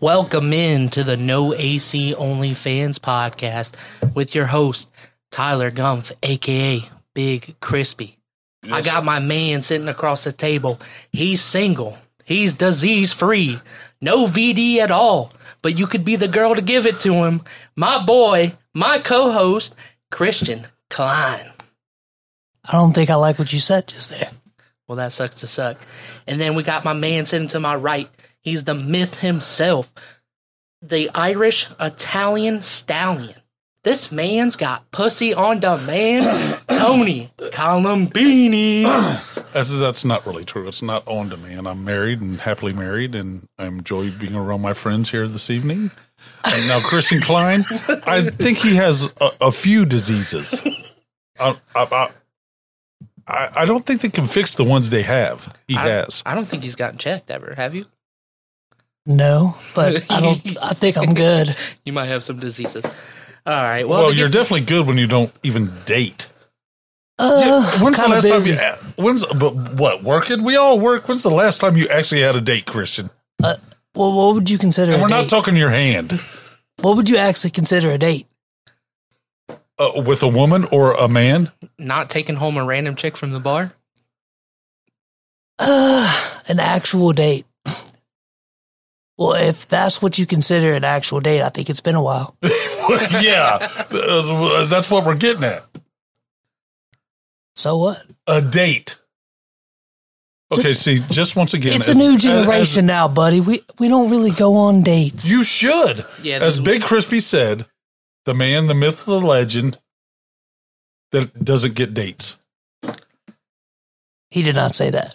Welcome in to the No AC Only Fans podcast with your host, Tyler Gumpf, aka Big Crispy. I got my man sitting across the table. He's single. He's disease free. No VD at all. But you could be the girl to give it to him. My boy, my co host, Christian Klein. I don't think I like what you said just there. Well, that sucks to suck. And then we got my man sitting to my right. He's the myth himself, the Irish Italian stallion. This man's got pussy on demand. Tony Columbini. That's, that's not really true. It's not on demand. I'm married and happily married, and I enjoy being around my friends here this evening. And now, Christian Klein, I think he has a, a few diseases. I, I, I, I don't think they can fix the ones they have. He I- has. I don't think he's gotten checked ever. Have you? No, but I don't. I think I'm good. You might have some diseases. All right. Well, Well, to you're get- definitely good when you don't even date. Uh, When's the kinda last busy. time you? uh, When's but what working? We all work. When's the last time you actually had a date, Christian? Uh, well, what would you consider? And a we're date? not talking your hand what would you actually consider a date? uh, with a woman or a man. not taking home a random chick from the bar. Uh, an actual date. Well, if that's what you consider an actual date, I think it's been a while. yeah, uh, that's what we're getting at. So what? A date. Okay, see, just once again, it's as- a new as- generation as- now, buddy. We we don't really go on dates. you should. Yeah, as the- Big Crispy said, the man, the myth, the legend that doesn't get dates. he did not say that.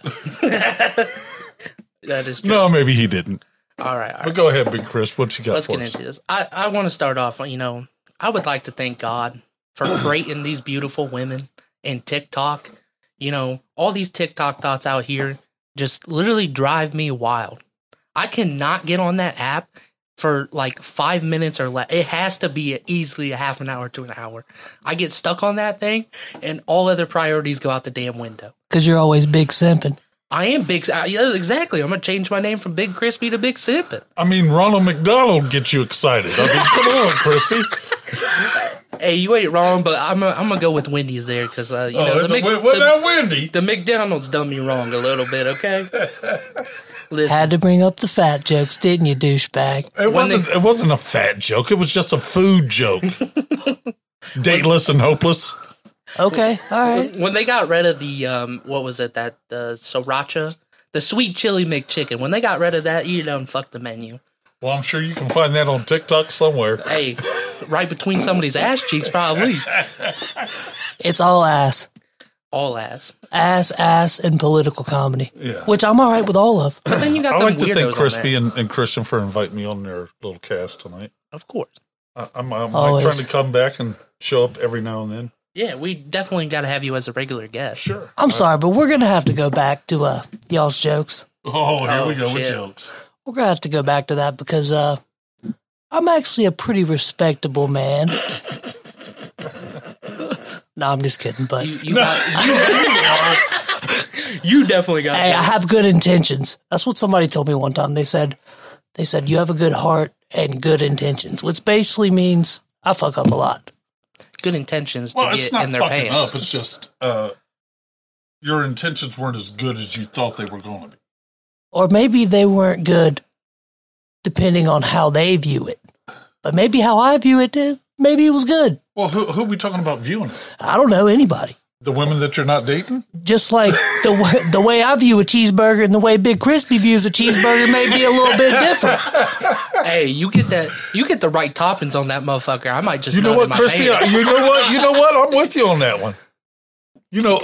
That is true. No, maybe he didn't. All right. All right. But go ahead, Big Chris. What you got Let's for get us? into this. I, I want to start off, you know, I would like to thank God for creating these beautiful women in TikTok. You know, all these TikTok thoughts out here just literally drive me wild. I cannot get on that app for like five minutes or less. It has to be easily a half an hour to an hour. I get stuck on that thing and all other priorities go out the damn window. Because you're always big simping. I am big. I, yeah, exactly. I'm going to change my name from Big Crispy to Big Sippin'. I mean, Ronald McDonald gets you excited. I mean, come on, Crispy. Hey, you ain't wrong, but I'm i I'm gonna go with Wendy's there because uh, you Oh, know it's the, a, Mc, what the, now, Wendy? the McDonald's done me wrong a little bit. Okay, listen, Had to bring up the fat jokes, didn't you, douchebag? It wasn't. it wasn't a fat joke. It was just a food joke. Dateless and hopeless. Okay, all right. when they got rid of the um, what was it that uh, sriracha, the sweet chili McChicken. When they got rid of that, you done fucked the menu. Well, I'm sure you can find that on TikTok somewhere. Hey, right between somebody's ass cheeks, probably It's all ass. all ass. ass, ass, and political comedy, Yeah. which I'm all right with all of. But then you got I them like to weirdos thank on Crispy there. and, and Christian for inviting me on their little cast tonight. Of course, I, I'm, I'm like Oh, Always. trying to come back and show up every now and then. yeah, we definitely got to have you as a regular guest. Sure. I'm sorry, but we're gonna have to go back to uh y'all's jokes. Oh, here Oh, we go with shit. jokes. We're gonna have to go back to that because uh I'm actually a pretty respectable man. no, I'm just kidding, but You, you, got, you, you definitely got. hey, I that. have good intentions. That's what somebody told me one time. They said they said you have a good heart and good intentions, which basically means I fuck up a lot. good intentions Well, to it's get not in their fucking pants. up. It's just uh, your intentions weren't as good as you thought they were going to be. or maybe they weren't good depending on how they view it but maybe how i view it eh, maybe it was good Well, who, who are we talking about viewing it? i don't know anybody The women that you're not dating? Just like the w- the way I view a cheeseburger and the way Big Crispy views a cheeseburger may be a little bit different. Hey, you get that? You get the right toppings on that motherfucker. I might just You know nut in what, my Crispy? pants. You know what? You know what? I'm with you on that one. You know,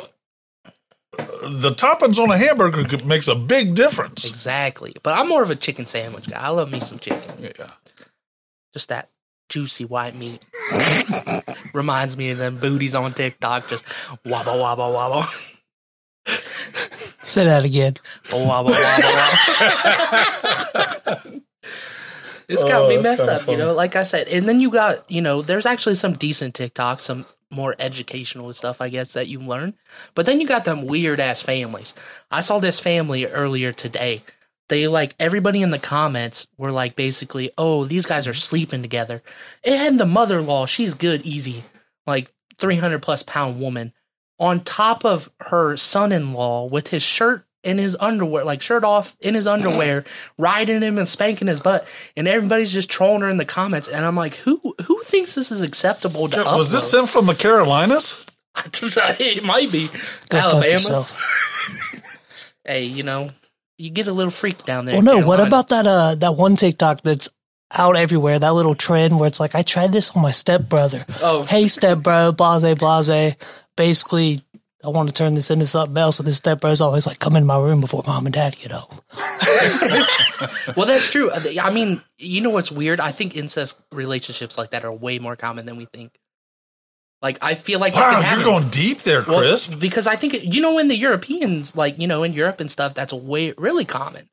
the toppings on a hamburger could- makes a big difference. Exactly. But I'm more of a chicken sandwich guy. I love me some chicken. Yeah. Just that juicy white meat. Reminds me of them booties on TikTok. Just wobble, wobble, wobble. Say that again. Wobble, wobble, wobble. It's got Oh, me that's messed kinda up, funny. you know, like I said. And then you got, you know, there's actually some decent TikToks, some more educational stuff, I guess, that you learn. But then you got them weird ass families. I saw this family earlier today. They like everybody in the comments were like basically, oh, these guys are sleeping together. And the mother in law, she's good, easy, like 300 plus pound woman, on top of her son in law with his shirt in his underwear, like shirt off in his underwear, riding him and spanking his butt. And everybody's just trolling her in the comments. And I'm like, who who thinks this is acceptable to Was this upload? sent from the Carolinas? it might be Go fuck Alabama. yourself. Hey, you know, you get a little freak down there. Well, in no. What Carolina. about that? Uh, that one TikTok that's out everywhere. That little trend where it's like, I tried this on my stepbrother. Oh. hey stepbro, blase, blase. Basically, I want to turn this into something else, and the stepbro's always like, come in my room before mom and dad get home. Well, that's true. I mean, you know what's weird? I think incest relationships like that are way more common than we think. Like, I feel like that could Wow, happen. you're going deep there, Well, Chris. because I think it- you know in the Europeans, like you know in Europe and stuff, that's way really common.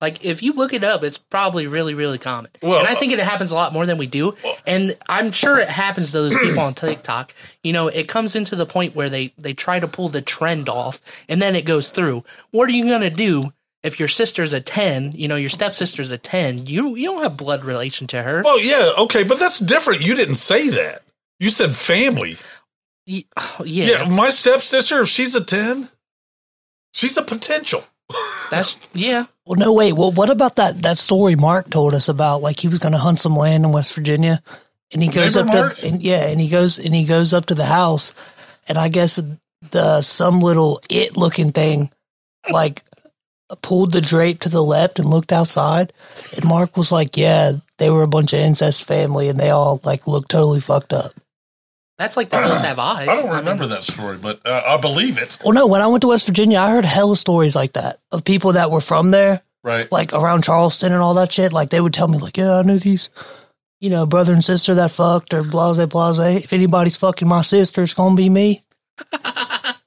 Like if you look it up, it's probably really really common. Well, and I think it happens a lot more than we do. and I'm sure it happens to those people on TikTok. You know, it comes into the point where they they try to pull the trend off, and then it goes through. What are you gonna do? If your sister's a ten, you know your stepsister's a ten. You you don't have blood relation to her. Well, yeah, okay, but that's different. You didn't say that. You said family. Y- oh, Yeah, yeah, my stepsister, if she's a 10, she's a potential. that's yeah. Well, no, wait. Well, what about that that story Mark told us about? Like he was going to hunt some land in West Virginia, and he goes Neighbor up Mark? to and, yeah, and he goes and he goes up to the house, and I guess the some little it looking thing like pulled the drape to the left and looked outside, and Mark was like, "Yeah, they were a bunch of incest family, and they all like looked totally fucked up." That's like the hills have eyes. I don't mean, remember that story, but uh, I believe it. Well, no, when I went to West Virginia, I heard hella stories like that of people that were from there Right. like around Charleston and all that shit, like they would tell me like, yeah, I knew these, you know, brother and sister that fucked or blase blase. If anybody's fucking my sister, it's gonna be me.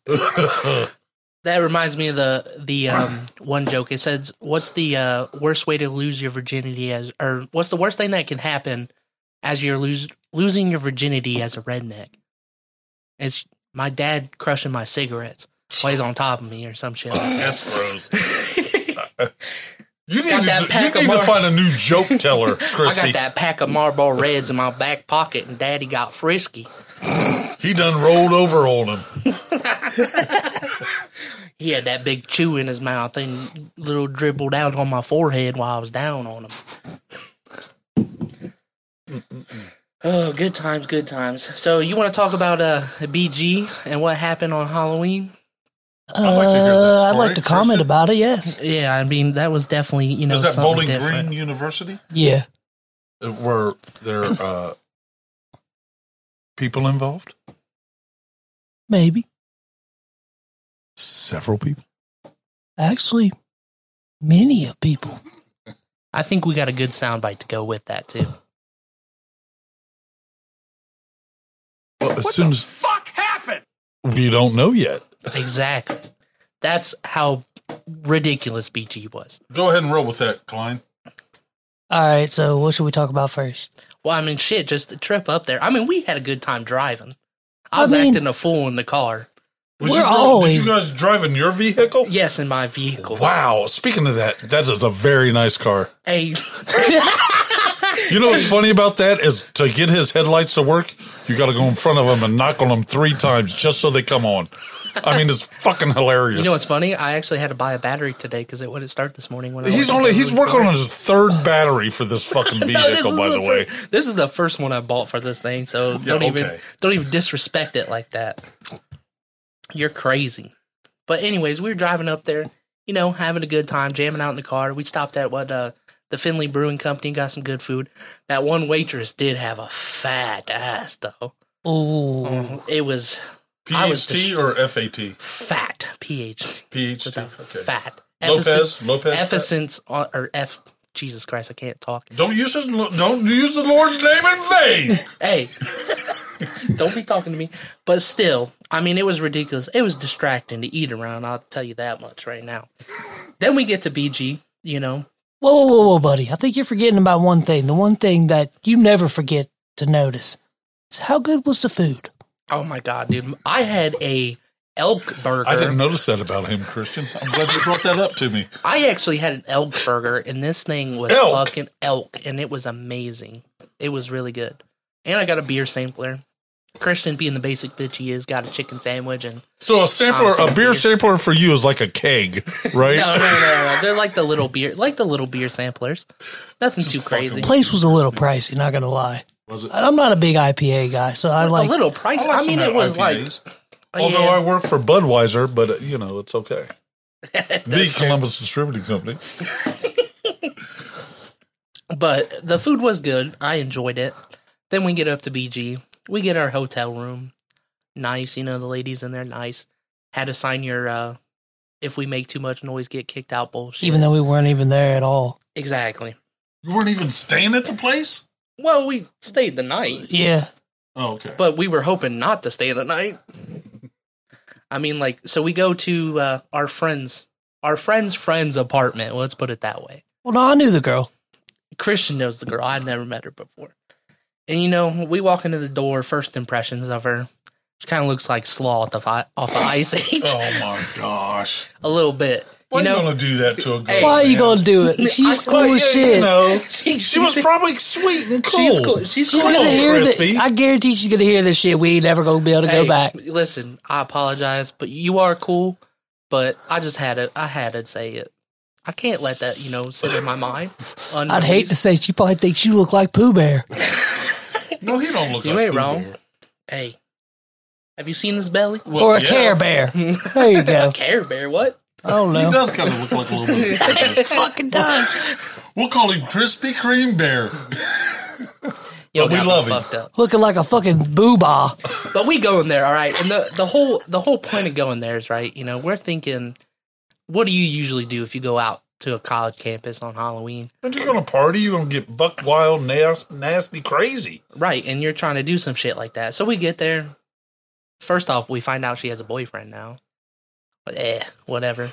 That reminds me of the the um, one joke. It says, "What's the uh, worst way to lose your virginity as, or what's the worst thing that can happen as you're lose, losing your virginity as a redneck?" It's my dad crushing my cigarettes, plays on top of me or some shit. That's gross. you need, Got that to, pack you of need to Mar- find a new joke teller, I Crispy. got that pack of Marlboro Reds in my back pocket, and Daddy got frisky. He done rolled over on him. He had that big chew in his mouth and little dribbled out on my forehead while I was down on him. Oh, good times, good times. So you want to talk about uh, BG and what happened on Halloween? I'd like to hear Uh, that Uh, I'd like story, to comment Tristan. about it. Yes, Yeah, I mean that was definitely you know Is that something Bowling different. Green University? yeah. Uh, Were there uh, people involved? Maybe Several people. actually, many of people. I think we got a good soundbite to go with that too. Well, as soon as fuck happened? We don't know yet. exactly. That's how ridiculous BG was. Go ahead and roll with that, Klein. All right, so what should we talk about first? Well, I mean, shit, just the trip up there. I mean, we had a good time driving. I I was mean- acting a fool in the car. Was We're you, dri- always- Did you guys drive in your vehicle? Yes, in my vehicle. Wow. Speaking of that, that is a very nice car. Hey, You know what's funny about that is to get his headlights to work, you got to go in front of him and knock on them three times just so they come on. I mean, it's fucking hilarious. you know what's funny? I actually had to buy a battery today because it wouldn't start this morning. When I He's went to only go he's record. working on his third battery for this fucking No, this vehicle, is by the way. fir- this is the first one I bought for this thing, so don't even okay. don't even disrespect it like that. You're crazy. But anyways, we were driving up there, you know, having a good time, jamming out in the car. We stopped at what uh the Finley Brewing Company, got some good food. That one waitress did have a fat ass though. Ooh. Mm. It was I was PHT or FAT? fat. PH PHT. without Okay. fat. Lopez. Lopez. Efficence on or F Jesus Christ, I can't talk. Don't use his. Don't use the Lord's name in vain. Hey, don't be talking to me. But still, I mean, it was ridiculous. It was distracting to eat around. I'll tell you that much right now. Then we get to BG. You know, Whoa, whoa, whoa, whoa, buddy. I think you're forgetting about one thing. The one thing that you never forget to notice is how good was the food? oh my god, dude, I had a elk burger. I I, didn't notice that about him, Christian. I'm glad you brought that up to me. actually had an elk burger, and this thing was Elk. fucking elk, and it was amazing. It was really good, and I got a beer sampler. Christian, being the basic bitch he is, got a chicken sandwich and So a sampler, a Honestly, beer dude. sampler for you is like a keg, right? No, no, no, no. They're like the little beer, like the little beer samplers. Nothing too crazy. fucking- Place was a little pricey, not going to lie. Was it? I'm not a big IPA guy, so I a like little price. I, mean, it was like. like, oh, Although I yeah, work for Budweiser, but uh, you know it's okay. the Columbus Distributing Company. but the food was good. I enjoyed it. Then we get up to BG. We get our hotel room. Nice, you know, the ladies in there, nice. Had to sign your, uh, if we make too much noise, get kicked out bullshit. even though we weren't even there at all. exactly. You weren't even staying at the place. Well, we stayed the night, Yeah. Oh, okay. but we were hoping not to stay the night. I mean, like, so we go to uh, our friends, our friend's friend's apartment. Let's put it that way. Well, no, I knew the girl. Christian knows the girl. I've never met her before. And you know, we walk into the door, first impressions of her. She kind of looks like Slaw off the, fi- off the Ice Age oh my gosh! a little bit. Why you are you know, gonna do that to a girl? Hey. Why are you man? going to do it? She's I- cool well, as yeah, shit. You know, She- she was probably sweet and cool. she's cool. She's She's cool. gonna hear Crispy. that. I guarantee she's gonna hear this shit. We ain't never gonna be able to Hey, go back. Listen, I apologize, but you are cool. But I just had it. I had to say it. I can't let that you know sit in my mind. I'd hate to say she probably thinks you look like Pooh Bear. No, he don't look. You like ain't Pooh wrong. Bear. Hey, have you seen this belly? Well, or a yeah, Care Bear. There you go. Care Bear, what? I don't He know. does kind of look like a little bit. of Pooh Bear. It fucking does. We'll call him Krispy Kreme Bear. Yo, But we got me love him. fucked up. Looking like a fucking boobah. but we go in there, all right. And the the whole the whole point of going there is right. You know, we're thinking, what do you usually do if you go out to a college campus on Halloween, Aren't you gonna party? You gonna get buck wild, nas- nasty, crazy? right? And you're trying to do some shit like that. So we get there. First off, we find out she has a boyfriend now. But eh, whatever.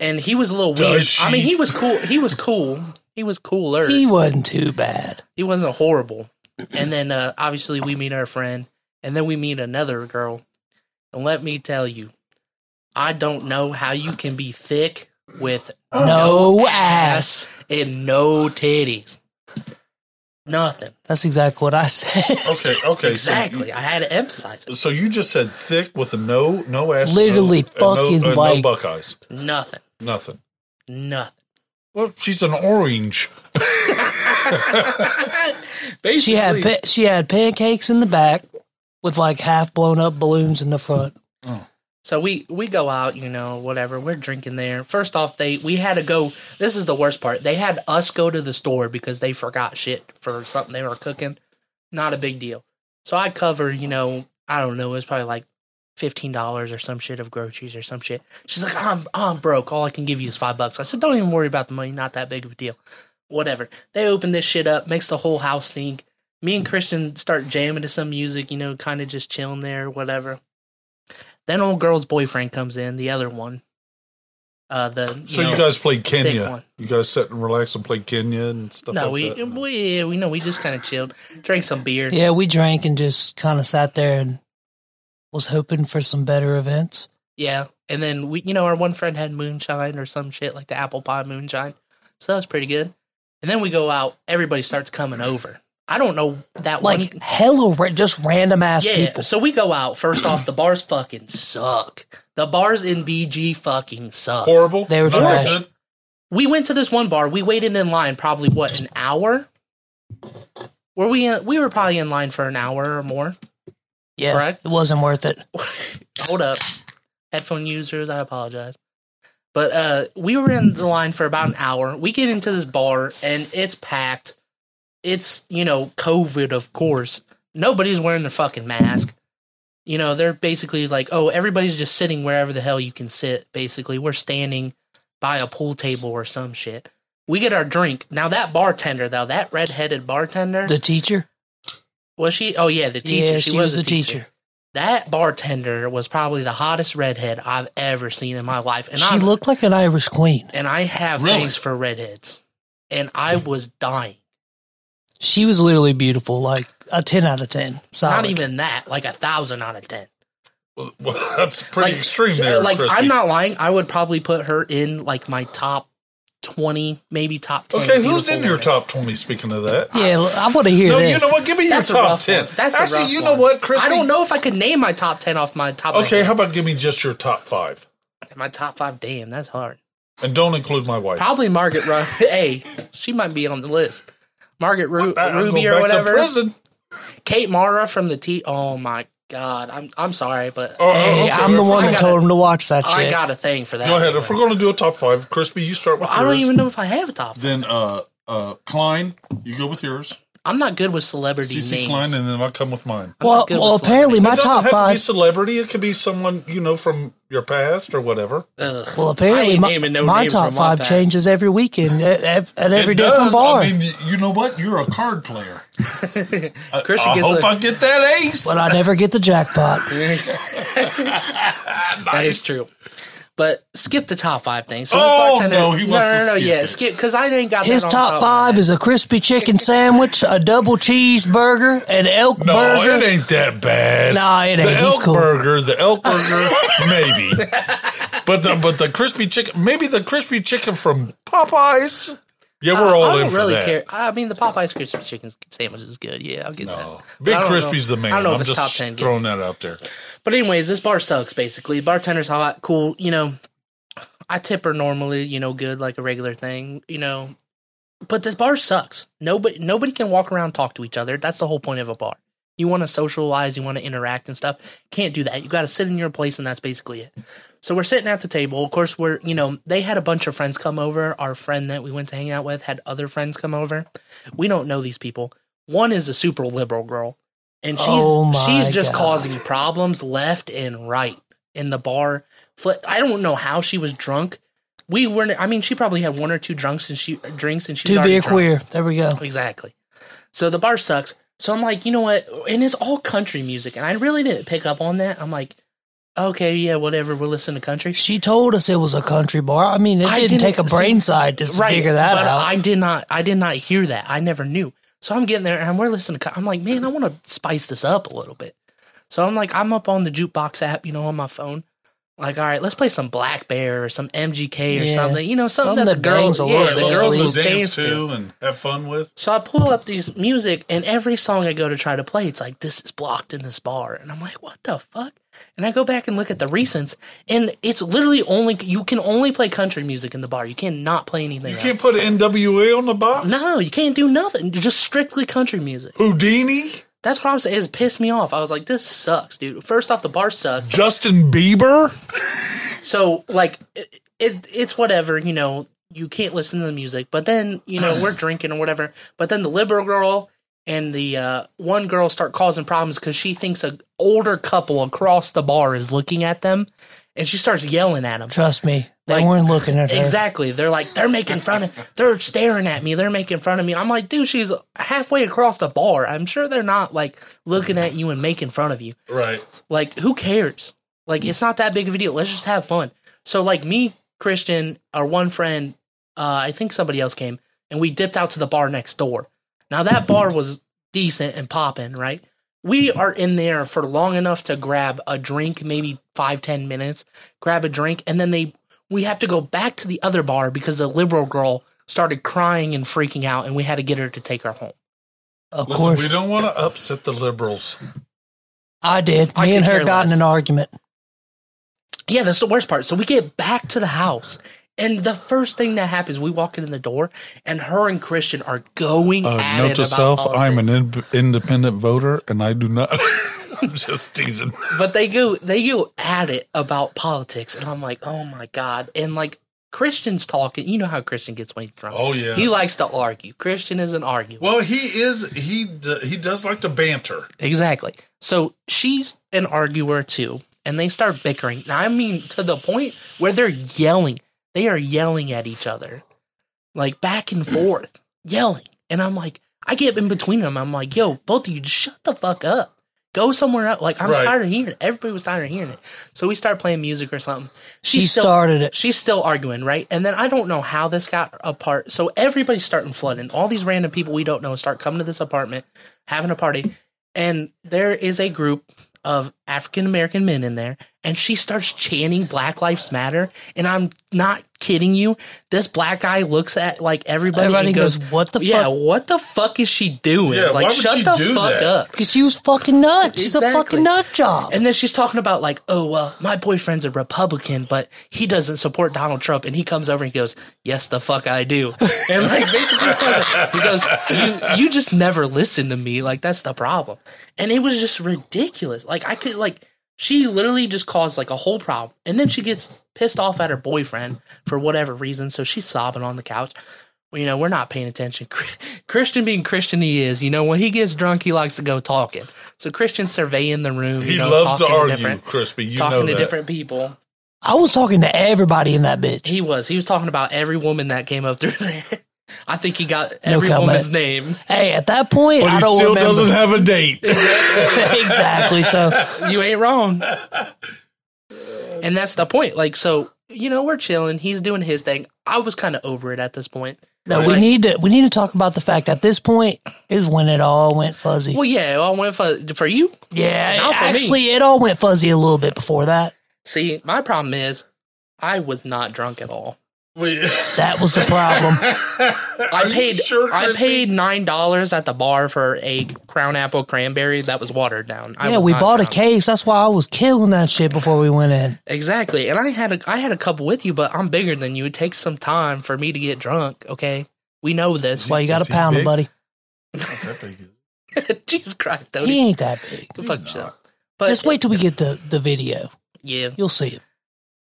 And he was a little Does weird. I she? mean, he was cool. He was cool. He was cooler. He wasn't too bad. he wasn't horrible. And then uh, obviously we meet our friend, and then we meet another girl. And let me tell you, I don't know how you can be thick with No ass. and no titties. Nothing. That's exactly what I said. Okay, okay, so Exactly. I had to emphasize it. So you just said thick with a no, no ass, Literally and no, and fucking no, and like- no Buckeyes, Nothing. nothing. Nothing. Well, she's an orange. Basically, She had pa- she had pancakes in the back with like half blown up balloons in the front. So we we go out, you know, whatever. We're drinking there. First off, they we had to go. This is the worst part. They had us go to the store because they forgot shit for something they were cooking. Not a big deal. So I cover, you know, I don't know. It was probably like fifteen dollars or some shit of groceries or some shit. She's like, I'm I'm broke. All I can give you is five bucks. I said, don't even worry about the money. Not that big of a deal. Whatever. They open this shit up, makes the whole house stink. Me and Christian start jamming to some music, you know, kind of just chilling there, whatever. Then old girl's boyfriend comes in, the other one. Uh, the you So know, you guys played Kenya. one. You guys sat and relaxed and played Kenya and stuff. no, like we, that. we we know we just kind of chilled, drank some beer. Yeah, we drank and just kind of sat there and was hoping for some better events. Yeah. And then we, you know, our one friend had moonshine or some shit like the apple pie moonshine. So that was pretty good. And then we go out, everybody starts coming over. I don't know that Like one. hella, ra- just random ass Yeah. people. So we go out. First off, the bars fucking suck. The bars in BG fucking suck. horrible. They were Not trash. good. we went to this one bar. We waited in line probably what an hour. Were we? In, we were probably in line for an hour or more. Yeah, correct? it wasn't worth it. Hold up. Headphone users, I apologize. But uh, we were in the line for about an hour. We get into this bar and it's packed. It's, you know, COVID, of course. Nobody's wearing their fucking mask. You know, they're basically like, oh, everybody's just sitting wherever the hell you can sit, basically. We're standing by a pool table or some shit. We get our drink. Now, that bartender, though, that redheaded bartender, The teacher? was she? Oh, yeah, the teacher. yeah, she, was, a teacher. That bartender was probably the hottest redhead I've ever seen in my life. And She I looked like an Irish queen. and I have Really? things for redheads. And I was dying. She was literally beautiful, like a 10 out of 10. Solid. Not even that, like a thousand out of ten. Well, that's pretty like, extreme uh, there. Like Crispy. I'm not lying. I would probably put her in like my top twenty, maybe top ten. Okay, who's beautiful in your women. top 20 speaking of that? Yeah, l- I want to hear No, this. you know what? Give me That's a your top rough 10. one. That's a Actually, rough you know one. what, Chris? I don't know if I could name my top ten off my top. of my Okay, head. how about give me just your top five? my top five. Damn, that's hard. And don't include my wife. Probably Margaret Ru- hey, she might be on the list. Margaret Ru- I- I'll Ruby go or back to whatever. prison. Kate Mara from the T. Oh my god, I'm I'm sorry, but Oh, oh, Hey, okay, I'm the I one forgot. that got told it. him to watch that I shit. got a thing for that. Go ahead. anyway. If we're going to do a top five, Crispy, you start with I yours. don't even know if I have a top. Then uh, uh, Klein, you go with yours. I'm not good with celebrity CC names. Klein, and then I'll come with mine. well, good with well apparently Uh, my it doesn't top have to be five. celebrity. It could be someone you know from your past or whatever. Ugh. Well, I apparently ain't my, naming no my name top from my five past. changes every weekend at, at, at every It different does. bar. I mean, y- you know what? You're a card player. I, Christian uh, I gets hope a- I get that ace. but I never get the jackpot. That is true. But skip the top five things. So Oh, this bartender- no, he wants no, no, to no, skip yeah, it. skip because I didn't got His that on top five is a crispy chicken sandwich, a double cheeseburger, an elk no, burger. it ain't that bad. Nah, it The ain't. He's elk cool. burger, the elk burger, maybe. But the, but the crispy chicken, maybe the crispy chicken from Popeyes. Yeah, we're all Uh, I, I in don't for really that. care. I mean, the Popeye's crispy chicken sandwich is good. Yeah, I'll get that. No. But Big I don't Crispy's know- the man. I don't know if I'm it's just top ten. good. throwing that out there. But anyways, this bar sucks. Basically, bartender's hot, cool. You know, I tip her normally. You know, good like a regular thing. You know, but this bar sucks. Nobody nobody can walk around and talk to each other. That's the whole point of a bar. You want to socialize, you want to interact and stuff. Can't do that. You got to sit in your place, and that's basically it. So we're sitting at the table. Of course, we're you know they had a bunch of friends come over. Our friend that we went to hang out with had other friends come over. We don't know these people. One is a super liberal girl, and she's Oh my she's just God. causing problems left and right in the bar. Fl- I don't know how she was drunk. We weren't. I mean, she probably had one or two drunks and she drinks and she was To be already a drunk. queer. There we go. Exactly. So the bar sucks. So I'm like, you know what? And it's all country music, and I really didn't pick up on that. I'm like, okay, yeah, whatever. We're listening to country. She told us it was a country bar. I mean, it I didn't, didn't- take a brain see, side to figure that but out. I did not. I did not hear that. I never knew. So I'm getting there, and we're listening. to co- I'm like, man, I want to spice this up a little bit. So I'm like, I'm up on the jukebox app, you know, on my phone. Like, all right, let's play some Black Bear or some MGK or Yeah, something, you know, something, something that the that girls, bangs a yeah, little the bit. girls will Let's dance to. and have fun with. So I pull up these music, and every song I go to try to play, it's like this is blocked in this bar, and I'm like, what the fuck? And I go back and look at the recents, and it's literally only you can only play country music in the bar. You cannot play anything. You else. can't put NWA on the box. no, you can't do nothing. Just strictly country music. Houdini, That's what I'm saying. It's pissed me off. I was like, this sucks, dude. First off, the bar sucks. Justin Bieber. So like, it, it it's whatever. You know, you can't listen to the music. But then you know we're drinking or whatever. But then the liberal girl and the uh, one girl start causing problems because she thinks a older couple across the bar is looking at them, and she starts yelling at them. Trust me, they Like, weren't looking at her. Exactly. They're like, they're making fun of, they're staring at me. They're making fun of me. I'm like, dude, she's halfway across the bar. I'm sure they're not like looking at you and making fun of you. Right. Like, who cares? Like, it's not that big of a deal. Let's just have fun. So, like, me, Christian, our one friend, uh, I think somebody else came, and we dipped out to the bar next door. Now, that bar was decent and popping, right? We are in there for long enough to grab a drink, maybe five, ten minutes, grab a drink, and then they we have to go back to the other bar because the liberal girl started crying and freaking out, and we had to get her to take her home. Of Listen, we course, don't want to upset the liberals. I did. I Me and could her care got in less. an argument. Yeah, that's the worst part. So we get back to the house, and the first thing that happens, we walk in the door, and her and Christian are going at uh, note it to about self: I'm an politics. independent voter, and I do not. I'm just teasing. but they go they go at it about politics and i'm like oh my god and like christian's talking you know how christian gets when he's drunk Oh, yeah. he likes to argue christian is an arguer Well, he is. He d- he does like to banter. exactly so she's an arguer too and they start bickering now i mean to the point where they're yelling they are yelling at each other like back and forth yelling and i'm like i get in between them i'm like yo both of you shut the fuck up go somewhere else like i'm Right. tired of hearing it everybody was tired of hearing it so we start playing music or something She She's still- started it. she's still arguing, right? And then I don't know how this got apart. So everybody's starting flooding. All these random people we don't know start coming to this apartment, having a party, and there is a group of African American men in there, and she starts chanting Black Lives Matter. And I'm not kidding you. This black guy looks at like everybody, Everybody and goes, goes, "What the Yeah, fuck?" what the fuck is she doing? Yeah, like why would shut she the do fuck that? up. Because she was fucking nuts. She's a Exactly. fucking nut job. And then she's talking about like, oh well, my boyfriend's a Republican, but he doesn't support Donald Trump. And he comes over and he goes, "Yes, the fuck I do." And like basically tells her, he goes, you, "You just never listen to me. Like that's the problem." And it was just ridiculous. Like I could like she literally just caused like a whole problem. And then she gets pissed off at her boyfriend for whatever reason. So she's sobbing on the couch. You know, we're not paying attention. Chri- Christian being Christian, he is. You know, when he gets drunk, he likes to go talking. So Christian's surveying the room. He you know, loves to talking argue, different, Crispy. You talking know to that. different people. I was talking to everybody in that bitch. He was. He was talking about every woman that came up through there. I think he got No every comment. woman's name. Hey, at that point, but I he don't still remember doesn't have a date. exactly. So you ain't wrong. and that's the point. Like, so you know, we're chilling. He's doing his thing. I was kind of over it at this point. no, Like, we need to we need to talk about the fact at this point is when it all went fuzzy. Well, yeah. I went for for you. yeah, not it- for me. actually, it all went fuzzy a little bit before that. See, my problem is, I was not drunk at all. We- That was the problem. I Are you paid. sure, I Crispy? paid nine dollars at the bar for a crown apple cranberry that was watered down. I yeah, was we not bought a drunk. case. That's why I was killing that shit before we went in. Exactly, and I had a I had a couple with you, but I'm bigger than you. It takes some time for me to get drunk. Okay, we know this. That's why you got Is to he pound him, big? buddy. Jesus Christ, He Tony, ain't that big. Go fuck yourself. But Just wait till we get the the video. yeah, You'll see it.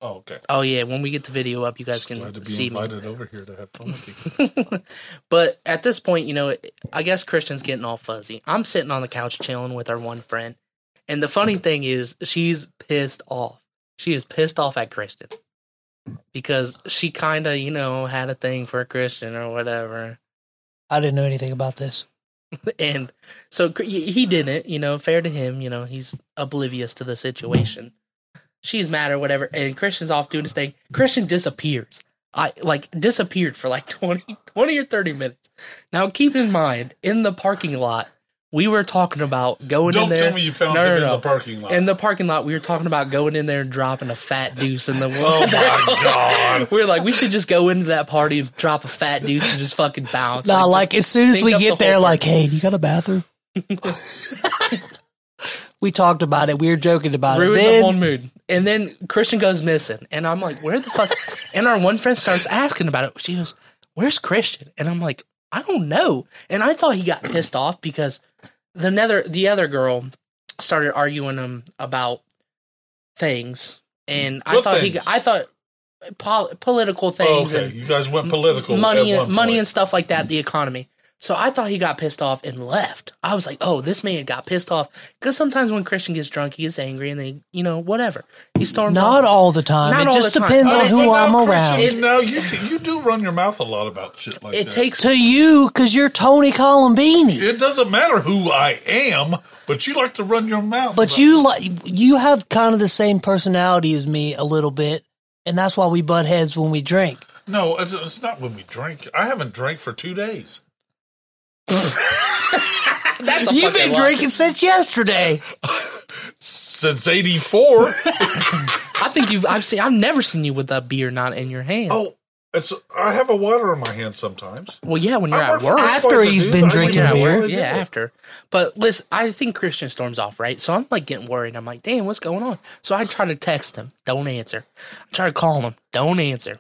oh, okay. Oh yeah, when we get the video up, you guys Just glad to can be see me. invited over here to have fun with you. but at this point, you know, I guess Christian's getting all fuzzy. I'm sitting on the couch chilling with our one friend, and the funny thing is, she's pissed off. She is pissed off at Christian because she kind of, you know, had a thing for Christian or whatever. I didn't know anything about this. and so cr- he he didn't you know fair to him you know he's oblivious to the situation she's mad or whatever and christian's off doing his thing christian disappears i like disappeared for like 20 20 or 30 minutes now keep in mind in the parking lot we were talking about going in Don't there tell me you found No, him no, in no. the parking lot. in the parking lot we were talking about going in there and dropping a fat deuce in the oh my god! we were like we should just go into that party and drop a fat deuce and just fucking bounce Nah, like as soon as stink we up the get there, whole like, hey, do you got a bathroom? we talked about it. We were joking about ruined it. Then the whole mood. And then Christian goes missing, and I'm like, "Where the fuck?" and our one friend starts asking about it. She goes, "Where's Christian?" And I'm like, "I don't know." And I thought he got pissed off because the nether the other girl started arguing him about things, and I What thought he things? got, I thought pol- political Oh, things okay, and you guys went political. money at and one money and point. stuff like that, the economy. So I thought he got pissed off and left. I was like, "Oh, this man got pissed off." Because sometimes when Christian gets drunk, he gets angry and they, you know, whatever. He storms. not off. all the time. Not it all just the time. depends Okay, on so who now, I'm Oh, Christian, around. It- now you you do run your mouth a lot about shit like It that. takes. to you, because you're Tony Colombini. It doesn't matter who I am, but you like to run your mouth. But you like you have kind of the same personality as me a little bit, and that's why we butt heads when we drink. no, it's, it's not when we drink. I haven't drank for two days. That's a You've fucking been lie. drinking since yesterday. since '84. I think you've. I've seen. I've never seen you with a beer not in your hand. oh, it's I have a water in my hand sometimes. Well, yeah, when you're I at work for work. Chipotle, After he's dude. been I work drinking for yeah, Chipotle, beer. dude. yeah, after. But listen, I think Christian storms off, right? So I'm like getting worried. I'm like, damn, what's going on? So I try to text him, don't answer. I try to call him, don't answer.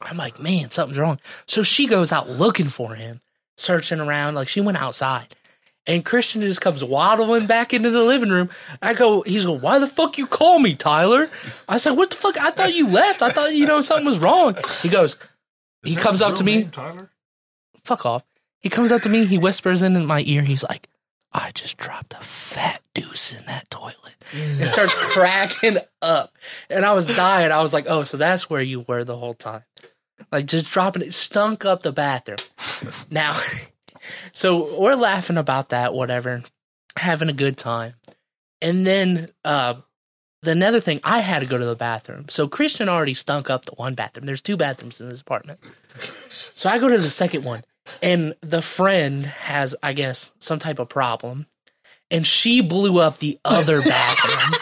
I'm like, man, something's wrong. So she goes out looking for him, searching around. Like she went outside. And Christian just comes waddling back into the living room. I go, he's going, why the fuck you call me, Tyler? I said, what the fuck? I thought you left. I thought, you know, something was wrong. He goes, he comes up to me, Tyler. fuck off. He comes up to me, he whispers in my ear, he's like, I just dropped a fat deuce in that toilet. It starts cracking up. And I was dying. I was like, oh, so that's where you were the whole time. Like just dropping it stunk up the bathroom. Now, so we're laughing about that, whatever, having a good time. And then uh the another thing, I had to go to the bathroom. So Christian already stunk up the one bathroom. There's two bathrooms in this apartment. So I go to the second one, and the friend has, I guess, some type of problem, and she blew up the other bathroom,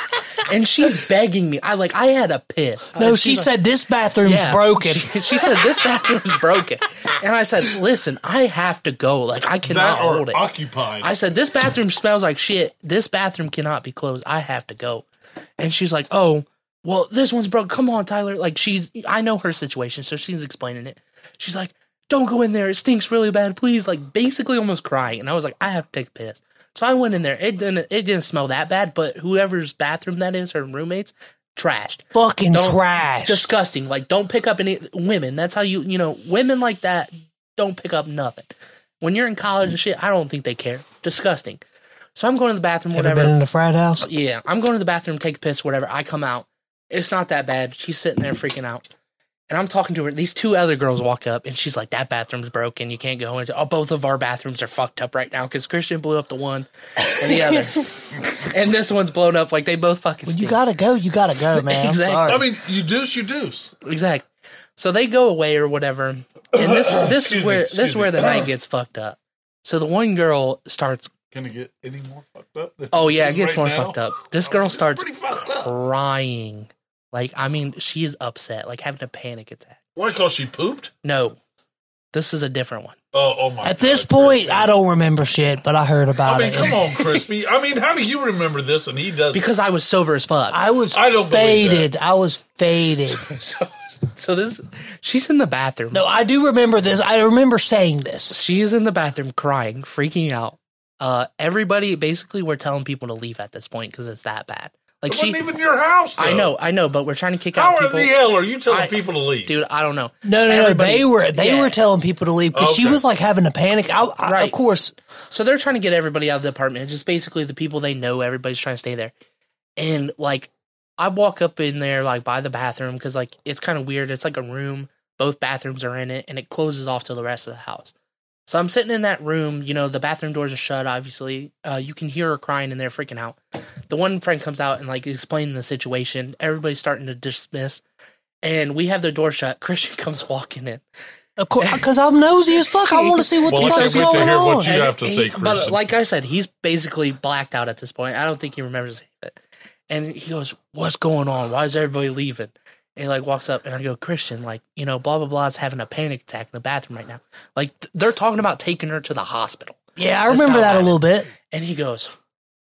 and she's begging me. I like, I had Oh, a piss. No, And she she's like- said this bathroom's yeah. broken. She, she said this bathroom's broken, and I said, "Listen, I have to go. Like, I cannot That or hold it." occupied. I said, This bathroom smells like shit. This bathroom cannot be closed. I have to go. And she's like, Oh, well, this one's broke. Come on, Tyler. Like, she's, I know her situation. So she's explaining it. She's like, Don't go in there. It stinks really bad. Please. Like, basically almost crying. And I was like, I have to take a piss. So I went in there. It didn't, it didn't smell that bad, but whoever's bathroom that is, her roommates, trashed Fucking Don't- trash. disgusting. Like, don't pick up any women. That's how you, you know, women like that don't pick up nothing. When you're in college and shit, I don't think they care. Disgusting. So I'm going to the bathroom, Ever whatever. been in a frat house? Yeah, I'm going to the bathroom, take a piss, whatever. I come out. It's not that bad. She's sitting there freaking out. And I'm talking to her. These two other girls walk up and she's like, That bathroom's broken. You can't go into oh, both of our bathrooms are fucked up right now because Christian blew up the one and the other. and this one's blown up. Like they both fucking When you stink. gotta go, you gotta go, man. Exactly. I'm sorry. mean, you deuce, you deuce. Exactly. So they go away or whatever, and this this Excuse is me, where this excuse is where the me. night gets fucked up. So the one girl starts. Can it get any more fucked up? than Oh yeah, it is gets more right now? fucked up. This girl It's starts pretty fucked up. crying. Like I mean, she is upset, like having a panic attack. Why? Cause she pooped. No, this is a different one. Oh, oh my. At God, this point, Crispy. I don't remember shit, but I heard I about mean, it. come on, crispy. I mean, how do you remember this and he doesn't? Because I was sober as fuck. I was I don't believe that. faded. I was faded. so, so this, she's in the bathroom. No, I do remember this. I remember saying this. She's in the bathroom crying, freaking out. Uh, everybody basically we're telling people to leave at this point because it's that bad. Like it she, wasn't even your house. Though. I know, I know, but we're trying to kick How out in people. the hell are you telling I- people to leave? Dude, I don't know. No, no, no. Everybody- They were they Yeah. were telling people to leave because she Okay. was like having a panic. I, I, Right. Of course, So they're trying to get everybody out of the apartment. It's just basically the people they know. Everybody's trying to stay there. And like, I walk up in there like by the bathroom because like it's kind of weird. It's like a room. Both bathrooms are in it, and it closes off to the rest of the house. So I'm sitting in that room. You know, the bathroom doors are shut. Obviously, uh, you can hear her crying and they're freaking out. The one friend comes out and like explaining the situation. Everybody's starting to dismiss, and we have the door shut. Christian comes walking in. of course, because I'm nosy as fuck. I want to see what Well, the I fuck's can't wait to going hear on. what you- And have to he- say, But Christian. like I said, he's basically blacked out at this point. I don't think he remembers any of it. And he goes, "What's going on? Why is everybody leaving?" And he like walks up, and I go, "Christian, like you know, blah blah blah's having a panic attack in the bathroom right now. Like th- they're talking about taking her to the hospital." yeah, I That's remember how that a bad little bit. And he goes,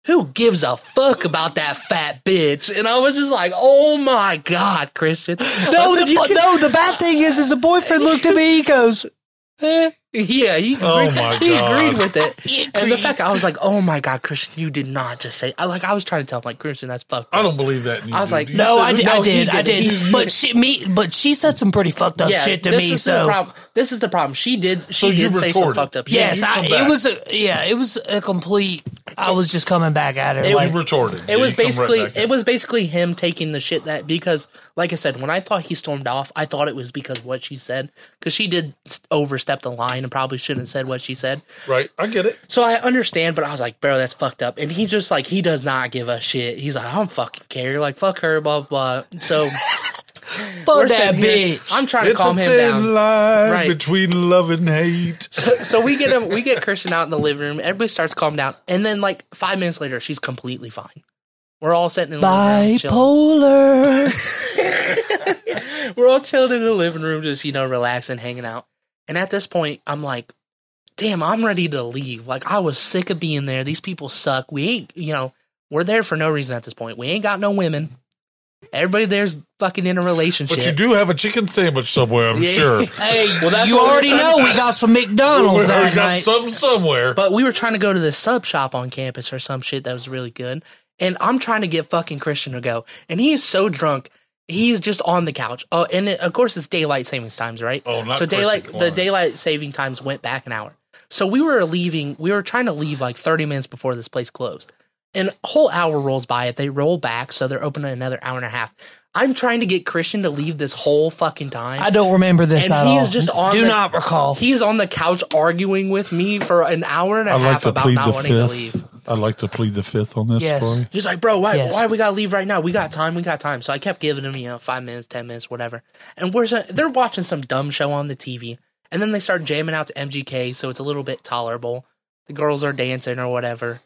"Who gives a fuck about that fat bitch?" And I was just like, "Oh my god, Christian!" No, I said, the, "You fu- can-" no. The bad thing is, is the boyfriend looked at me. He goes, eh. Yeah, he Oh agreed, my he God. agreed with it. And the agreed. fact I was like, "Oh my god, Christian, you did not just say." I like I was trying to tell him like, "Christian, that's fucked." I Up. don't believe that. in you, I was dude. like, You No, said I it- did, I no, he did, I didn't. did. He- But she, me, but she said some pretty fucked Oh, up shit to this me. is So the problem. This is the problem. She did. She you did say some retorted. fucked up. shit. yes, you I, come it back. was a yeah, it was a complete. I was just coming back at her. It- You like, retorted. Yeah, It was you come right basically back at it was basically him taking the shit that because like I said when I thought he stormed off I thought it was because what she said because she did s- overstep the line and probably shouldn't have said what she said Right, I get it. So I understand, but I was like, bro, that's fucked up. And he just like he does not give a shit. He's like, I don't fucking care. Like fuck her, blah blah. blah. So fuck we're that sitting here. bitch. I'm trying to calm him down. line Right. between love and hate. So we get him, we get Kirsten out in the living room. Everybody starts calming down, and then like five minutes later, she's completely fine. We're all sitting in the living room, chilling. bipolar. We're all chilling in the living room, just you know, relaxing, hanging out. And at this point, I'm like, damn, I'm ready to leave. Like I was sick of being there. These people suck. We ain't, you know, we're there for no reason at this point. We ain't got no women. Everybody there's fucking in a relationship. But you do have a chicken sandwich somewhere, I'm Yeah. sure. Hey, Well, that's you what we're already know trying- we got some McDonald's we that got night. some somewhere. But we were trying to go to this sub shop on campus or some shit that was really good. And I'm trying to get fucking Christian to go. And he is so drunk. He's just on the couch. Oh, and it, of course it's daylight savings times, right? Oh, not so daylight Christian the Klein. daylight saving times went back an hour. So we were leaving. We were trying to leave like 30 minutes before this place closed. And a whole hour rolls by. If they roll back, so they're open another hour and a half. I'm trying to get Christian to leave this whole fucking time. I don't remember this And at he all. is just on Do the- not recall. He's on the couch arguing with me for an hour and a I'd like half to about plead not the wanting to leave. fifth. I'd like to plead the fifth on this Yes. story. He's like, bro, why, Yes. why we gotta leave right now? We got time, we got time. So I kept giving him, you know, five minutes, ten minutes, whatever. And we're so- they're watching some dumb show on the TV, and then they start jamming out to MGK, so it's a little bit tolerable. The girls are dancing or whatever,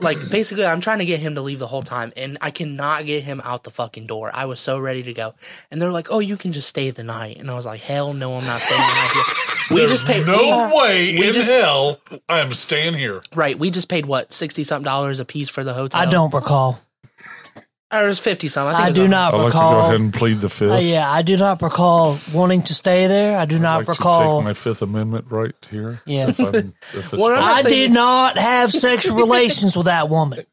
like basically, I'm trying to get him to leave the whole time, and I cannot get him out the fucking door. I was so ready to go, and they're like, "Oh, you can just stay the night," and I was like, "Hell no, I'm not staying the night here." We just paid No we- way we in just- hell I am staying here. right. We just paid what sixty something dollars a piece for the hotel. I don't recall. Or it was fifty something. think it I was do on- not I'd like to recall. go ahead and plead the fifth. Uh, yeah, I do not recall wanting to stay there. I do I'd not like recall. to take my Fifth Amendment right here. Yeah. If I'm- if it's Well, I'm- possible. I saying- did not have sexual relations with that woman.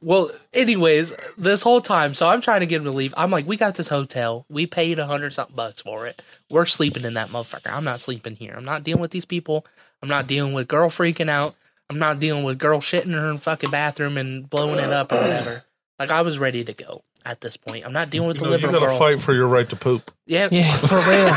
Well, anyways, this whole time, so I'm trying to get him to leave. I'm like, we got this hotel. We paid a hundred something bucks for it. We're sleeping in that motherfucker. I'm not sleeping here. I'm not dealing with these people. I'm not dealing with girl freaking out. I'm not dealing with girl shitting in her fucking bathroom and blowing it up or whatever. Like I was ready to go at this point. I'm not dealing with you, the know, you liberal gotta girl. fight for your right to poop. Yeah, Yeah, for real.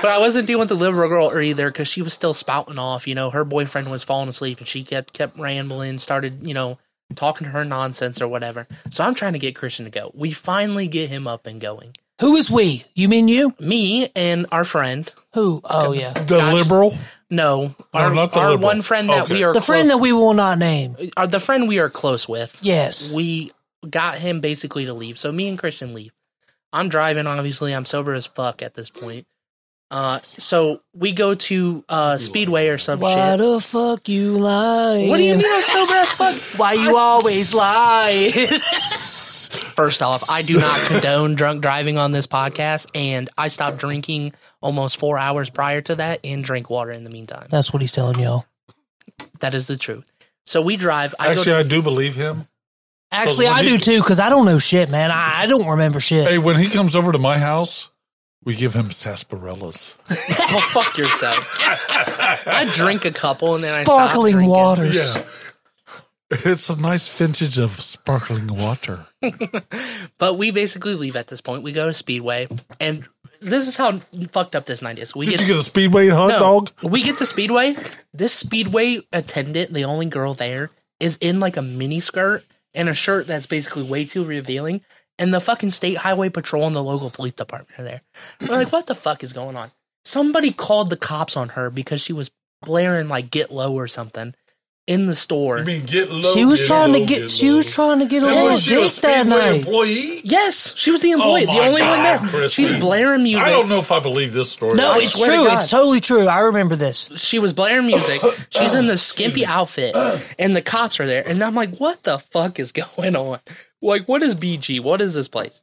but I wasn't dealing with the liberal girl or either because she was still spouting off. You know, her boyfriend was falling asleep and she kept kept rambling, started you know talking her nonsense or whatever. So I'm trying to get Christian to go. We finally get him up and going. Who is we? You mean you? Me and our friend, Who? Oh yeah, The liberal? no, our, not the our liberal. one friend that Okay. we are the friend that we will not name. that are the friend we are close with. Yes. we got him basically to leave. So me and Christian leave. I'm driving, obviously. I'm sober as fuck at this point. Uh, so we go to uh Speedway or some Why shit. the fuck you lying? What do you mean I'm sober as fuck? Why you always lie? First off, I do not condone drunk driving on this podcast, and I stopped drinking almost four hours prior to that and drink water in the meantime. That's what he's telling y'all. That is the truth. So we drive. I Actually, go I do believe him. Actually, when I he- do too because I don't know shit, man. I, I don't remember shit. Hey, when he comes over to my house, we give him sarsaparillas. to, well, Oh, fuck yourself. I drink a couple and then I Sparkling stop drinking. waters. It's a nice vintage of sparkling water. But we basically leave at this point. We go to Speedway, and this is how fucked up this night is. We Did you get a Speedway hot no, dog? We get to Speedway. This Speedway attendant, the only girl there, is in like a mini skirt and a shirt that's basically way too revealing. And the fucking state highway patrol and the local police department are there. We're like, what the fuck is going on? Somebody called the cops on her because she was blaring like "Get Low" or something in the store. mean, get low. She was trying to get. She was trying to get a little dick that night. employee? Oh Yes, she was the employee, my the only one there. God, Christy. She's blaring music. I don't know if I believe this story. No, I- it's swear to true. God. It's totally true. I remember this. she was blaring music. She's in this skimpy outfit, and the cops are there. And I'm like, what the fuck is going on? Like, what is BG? What is this place?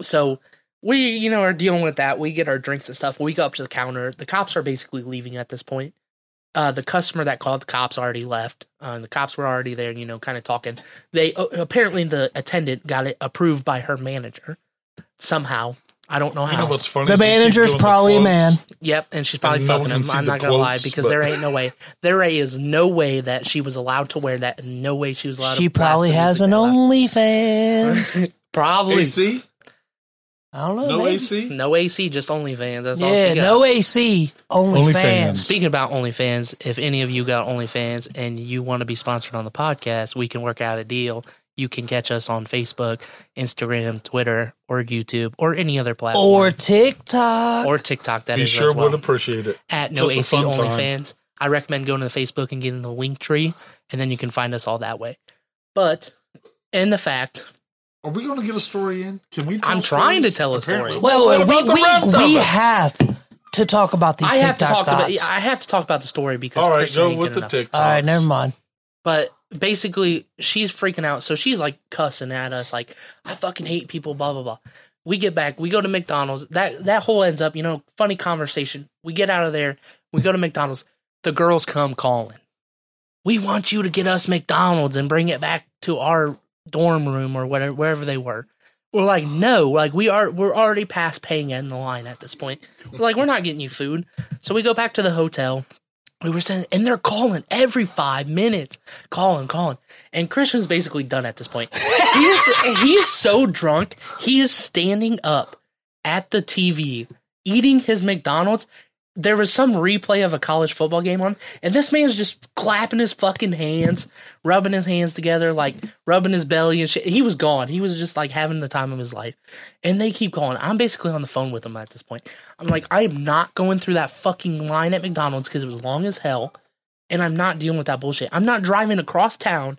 So we, you know, are dealing with that. We get our drinks and stuff. We go up to the counter. The cops are basically leaving at this point. Uh, the customer that called the cops already left. Uh, the cops were already there, you know, kind of talking. They uh, apparently the attendant got it approved by her manager somehow. I don't know how. You know what's funny? The is they keep manager's doing the probably a quotes. man. Yep, and she's probably And no fucking one can him. see I'm the not gonna lie quotes, because but- there ain't no way. There is no way that she was allowed to wear that. and No way she was allowed. She to blast probably the has music an that loud. OnlyFans. probably AC? I don't know. No Oh, maybe. AC? no AC, just OnlyFans. That's all. Yeah, She got. no AC, only, Only fans. Speaking about OnlyFans, if any of you got OnlyFans and you want to be sponsored on the podcast, we can work out a deal. You can catch us on Facebook, Instagram, Twitter, or YouTube, or any other Or platform, TikTok. or TikTok. That He is sure as well. would appreciate it. at no Just a AC fun time. OnlyFans. I recommend going to the Facebook and getting the link tree, and then you can find us all that way. But in the fact, Are we going to get a story in? Can we? I'm trying to tell a story. well, What we, about the we, rest of we us? have to talk about these I TikTok have to talk thoughts. about I have to talk about the story because All right, Christian go ain't with the getting enough. TikTok. All right, never mind. But basically she's freaking out. So she's like cussing at us, like, I fucking hate people, blah blah blah. We get back, we go to McDonald's. That that whole ends up, you know, funny conversation. We get out of there, we go to McDonald's, the girls come calling. We want you to get us McDonald's and bring it back to our dorm room or whatever wherever they were. We're like, no, like we are we're already past paying in the line at this point. We're like, we're not getting you food. So we go back to the hotel. We were saying and they're calling every five minutes. Calling, calling. And Christian's basically done at this point. He is he is so drunk, he is standing up at the TV, eating his McDonald's. There was some replay of a college football game on, and this man's just clapping his fucking hands, rubbing his hands together, like rubbing his belly and shit. He was gone. He was just like having the time of his life. And they keep calling. I'm basically on the phone with him at this point. I'm like, I am not going through that fucking line at McDonald's because it was long as hell, and I'm not dealing with that bullshit. I'm not driving across town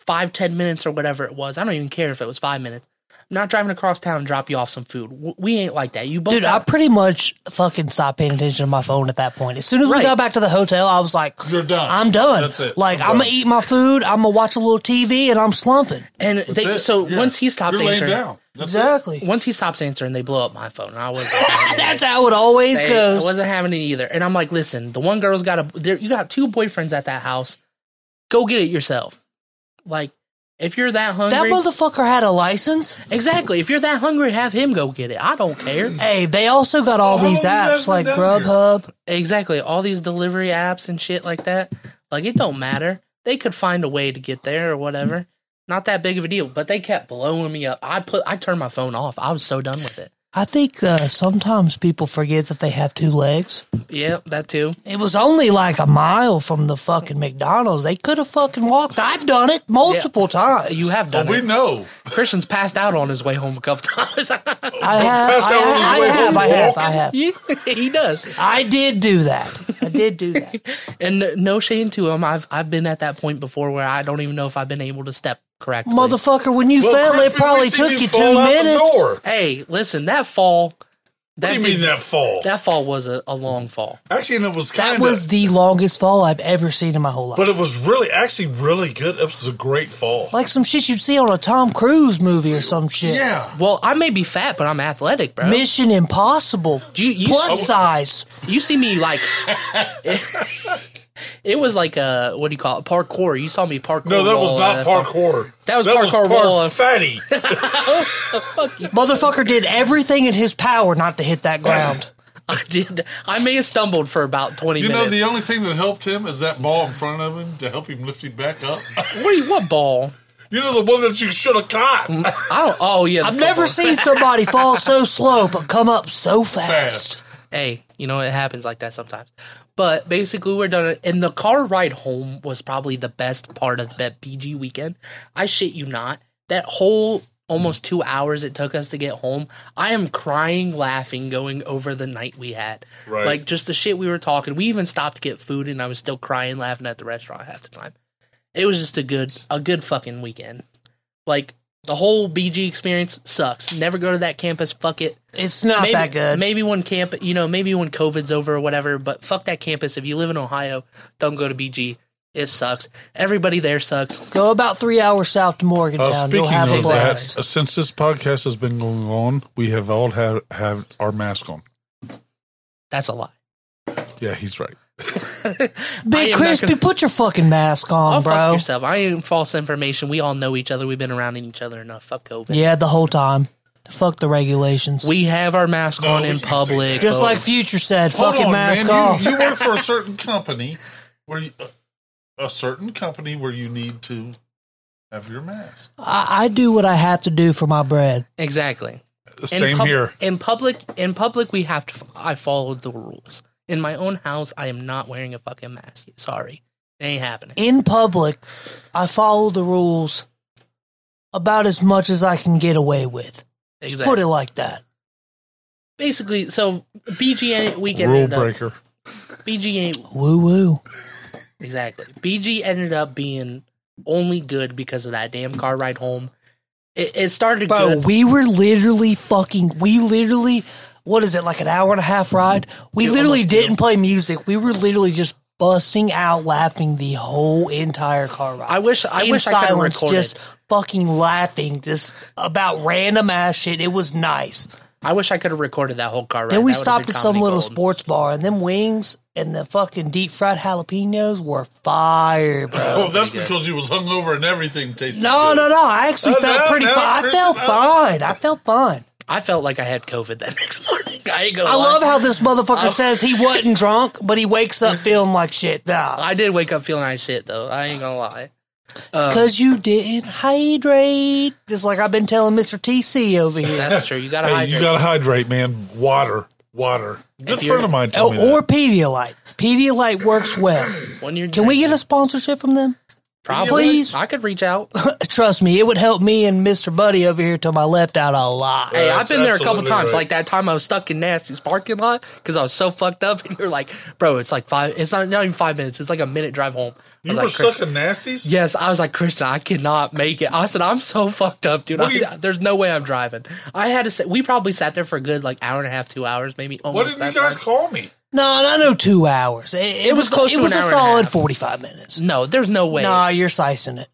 five, ten minutes or whatever it was. I don't even care if it was five minutes. I'm not driving across town and drop you off some food. W- We ain't like that. You both, Dude, I pretty much fucking stopped paying attention to my phone at that point. As soon as Right. we got back to the hotel, I was like, You're done. I'm done. That's it. Like, I'm I'm going done. to eat my food. I'm going to watch a little TV and I'm slumping. and That's they, it. so Yeah. once he stops You're laying answering, down. That's it. Exactly. once he stops answering, they blow up my phone. And I was. That's how it always Hey, I goes. wasn't having it either. And I'm like, listen, the one girl's got a. There, you got two boyfriends at that house. Go get it yourself. Like, if you're that That hungry, motherfucker had a license. exactly. If you're that hungry, have him go get it. I don't care. Hey, they also got all Well, how these long you apps guys like been down here? Grubhub. Exactly. All these delivery apps and shit like that. Like it don't matter. They could find a way to get there or whatever. Not that big of a deal. But they kept blowing me up. I put I turned my phone off. I was so done with it. I think uh, sometimes people forget that they have two legs. Yeah, that too. It was only like a mile from the fucking McDonald's. They could have fucking walked. I've done it multiple times. You have done We it. know. Christian's passed out on his way home a couple times. I have. pass I out on his way have. home I have. I have. I walking? have. Yeah, he does. I did do that. I did do that. And no shame to him. I've I've been at that point before where I don't even know if I've been able to step correctly. Motherfucker, when you fell, Crispy, it probably we seen took you two fall out the minutes. door. Hey, listen, that fall. That What do you did- mean that fall? That fall was a, a long fall. Actually, and it was That kind of. was the longest fall I've ever seen in my whole life. But it was really, actually, really good. It was a great fall. like some shit you'd see on a Tom Cruise movie or some shit. yeah. Well, I may be fat, but I'm athletic, bro. Mission Impossible. you, you, plus size. you see me like it was like a what do you call it parkour? You saw me parkour. No, that was roll not at parkour. That was parkour roll. fatty. Motherfucker did everything in his power not to hit that ground. I did. I may have stumbled for about twenty You know, minutes. the only thing that helped him is that ball in front of him to help him lift him back up. what, do you- what ball? you know, the one that you should have caught I don't. Oh yeah, the I've never football. seen somebody fall so slow but come up so fast. fast. Hey, you know it happens like that sometimes. But basically, we're done. And the car ride home was probably the best part of that BG weekend. I shit you not. That whole almost two hours it took us to get home, I am crying, laughing, going over the night we had. Right. Like just the shit we were talking. We even stopped to get food, and I was still crying, laughing at the restaurant half the time. It was just a good, a good fucking weekend. Like the whole BG experience sucks. Never go to that campus. Fuck it It's not maybe, that good. Maybe when camp, you know, maybe when COVID's over or whatever. But fuck that campus. If you live in Ohio, don't go to BG. It sucks. Everybody there sucks. Go about three hours south to Morgantown. Uh, You'll speaking have a of that, blast. uh, since this podcast has been going on, we have all had have our mask on. That's a lie. Yeah, he's right. I am Big not Crispy, gonna- put your fucking mask on, I'll fuck bro. yourself. I ain't false information. We all know each other. We've been around each other enough. Fuck COVID. Yeah, the whole time. Fuck the regulations. We have our mask No, on we in can't say public. that. Just but like Future said, Hold fucking on, mask man. off. You, you work for a certain company where you, uh, a certain company where you need to have your mask. I, I do what I have to do for my bread. exactly. In Same pub- here. In public, in public, we have to. f- I follow the rules. In my own house, I am not wearing a fucking mask. Sorry, it ain't happening. In public, I follow the rules about as much as I can get away with. Just Exactly. Put it like that. Basically, so BG weekend Rule ended up- breaker. BG Woo woo. Exactly. BG ended up being only good because of that damn car ride home. It, it started Bro, good. we were literally fucking. We literally, what is it, like an hour and a half ride? We Dude, literally almost didn't play music. We were literally just busting out laughing the whole entire car ride. I wish- I In wish I could've silence, recorded. just fucking laughing, just about random ass shit. It was nice. I wish I could have recorded that whole car ride. Then we That would've stopped been at some comedy little gold. sports bar, and them wings and the fucking deep fried jalapenos were fire, bro. Oh, that's because you was hungover and everything tasted. No, no, no. I actually Oh, felt no, pretty no, fine. I Christian, felt no. fine. I felt fine. I felt like I had COVID that next morning. I ain't gonna I lie. love how this motherfucker Oh. says he wasn't drunk, but he wakes up feeling like shit. Nah. I did wake up feeling like shit though. I ain't gonna lie. Because you didn't hydrate. Just like I've been telling Mr. TC over here. That's true. You gotta Hey, hydrate. you gotta hydrate, man. Water, water. Good you're- friend of mine told Oh, me that. or Pedialyte. Pedialyte works well. when you're Can we drinking. get a sponsorship from them? probably? please? I could reach out. Trust me, it would help me and Mr. Buddy over here to my left out a lot. Hey, I've that's been there a couple absolutely times. right. Like that time I was stuck in Nasty's parking lot because I was so fucked up, and you're like, "Bro, it's like five. It's not not even five minutes. It's like a minute drive home." I you was were like, such "Christian-" a nasties. Yes, I was like Christian. I cannot make it. I said I'm so fucked up, dude. What I, do you- there's no way I'm driving. I had to. Sit, we probably sat there for a good like hour and a half, two hours, maybe. What Almost did you that guys long. call me? No, I know two hours. It, it It was close It to was an a hour and a solid half. 45 minutes. No, there's no way. Nah, you're slicing it.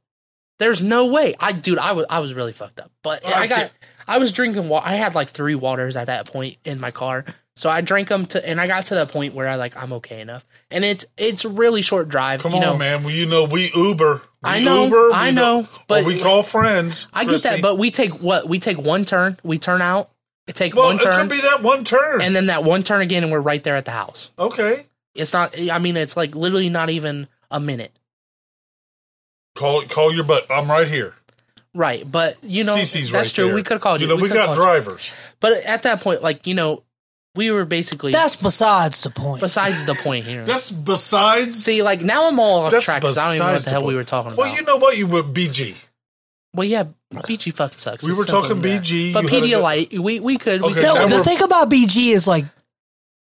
There's no way. I dude, I was I was really fucked up. But I Okay. got I was drinking water. I had like three waters at that point in my car. So I drank them to and I got to the point where I like I'm okay enough. And it's it's really short drive. Come you on, know, man. Well, you know we Uber. We I know, Uber, I we know, don't- but- or we call friends. I get that, Christy. but we take what? We take one turn, we turn out, we take well, one it turn could be that one turn. and then that one turn again and we're right there at the house. okay, It's not I mean it's like literally not even a minute. call call your butt. I'm right here. Right, but you know CC's that's right true. there. We could have called you. know, we, could've got called you. drivers. But at that point, like you know, we were basically That's besides the point. besides the point here. That's besides. See, like now I'm all off that's track because I don't even know besides what the hell we point. were talking about. Well, you know what? You were BG. Well, yeah, BG fucking sucks. We It's were simple talking as that. BG, but you had a good- Pedialyte, we we could. We Okay, could now No, we're- the thing about BG is like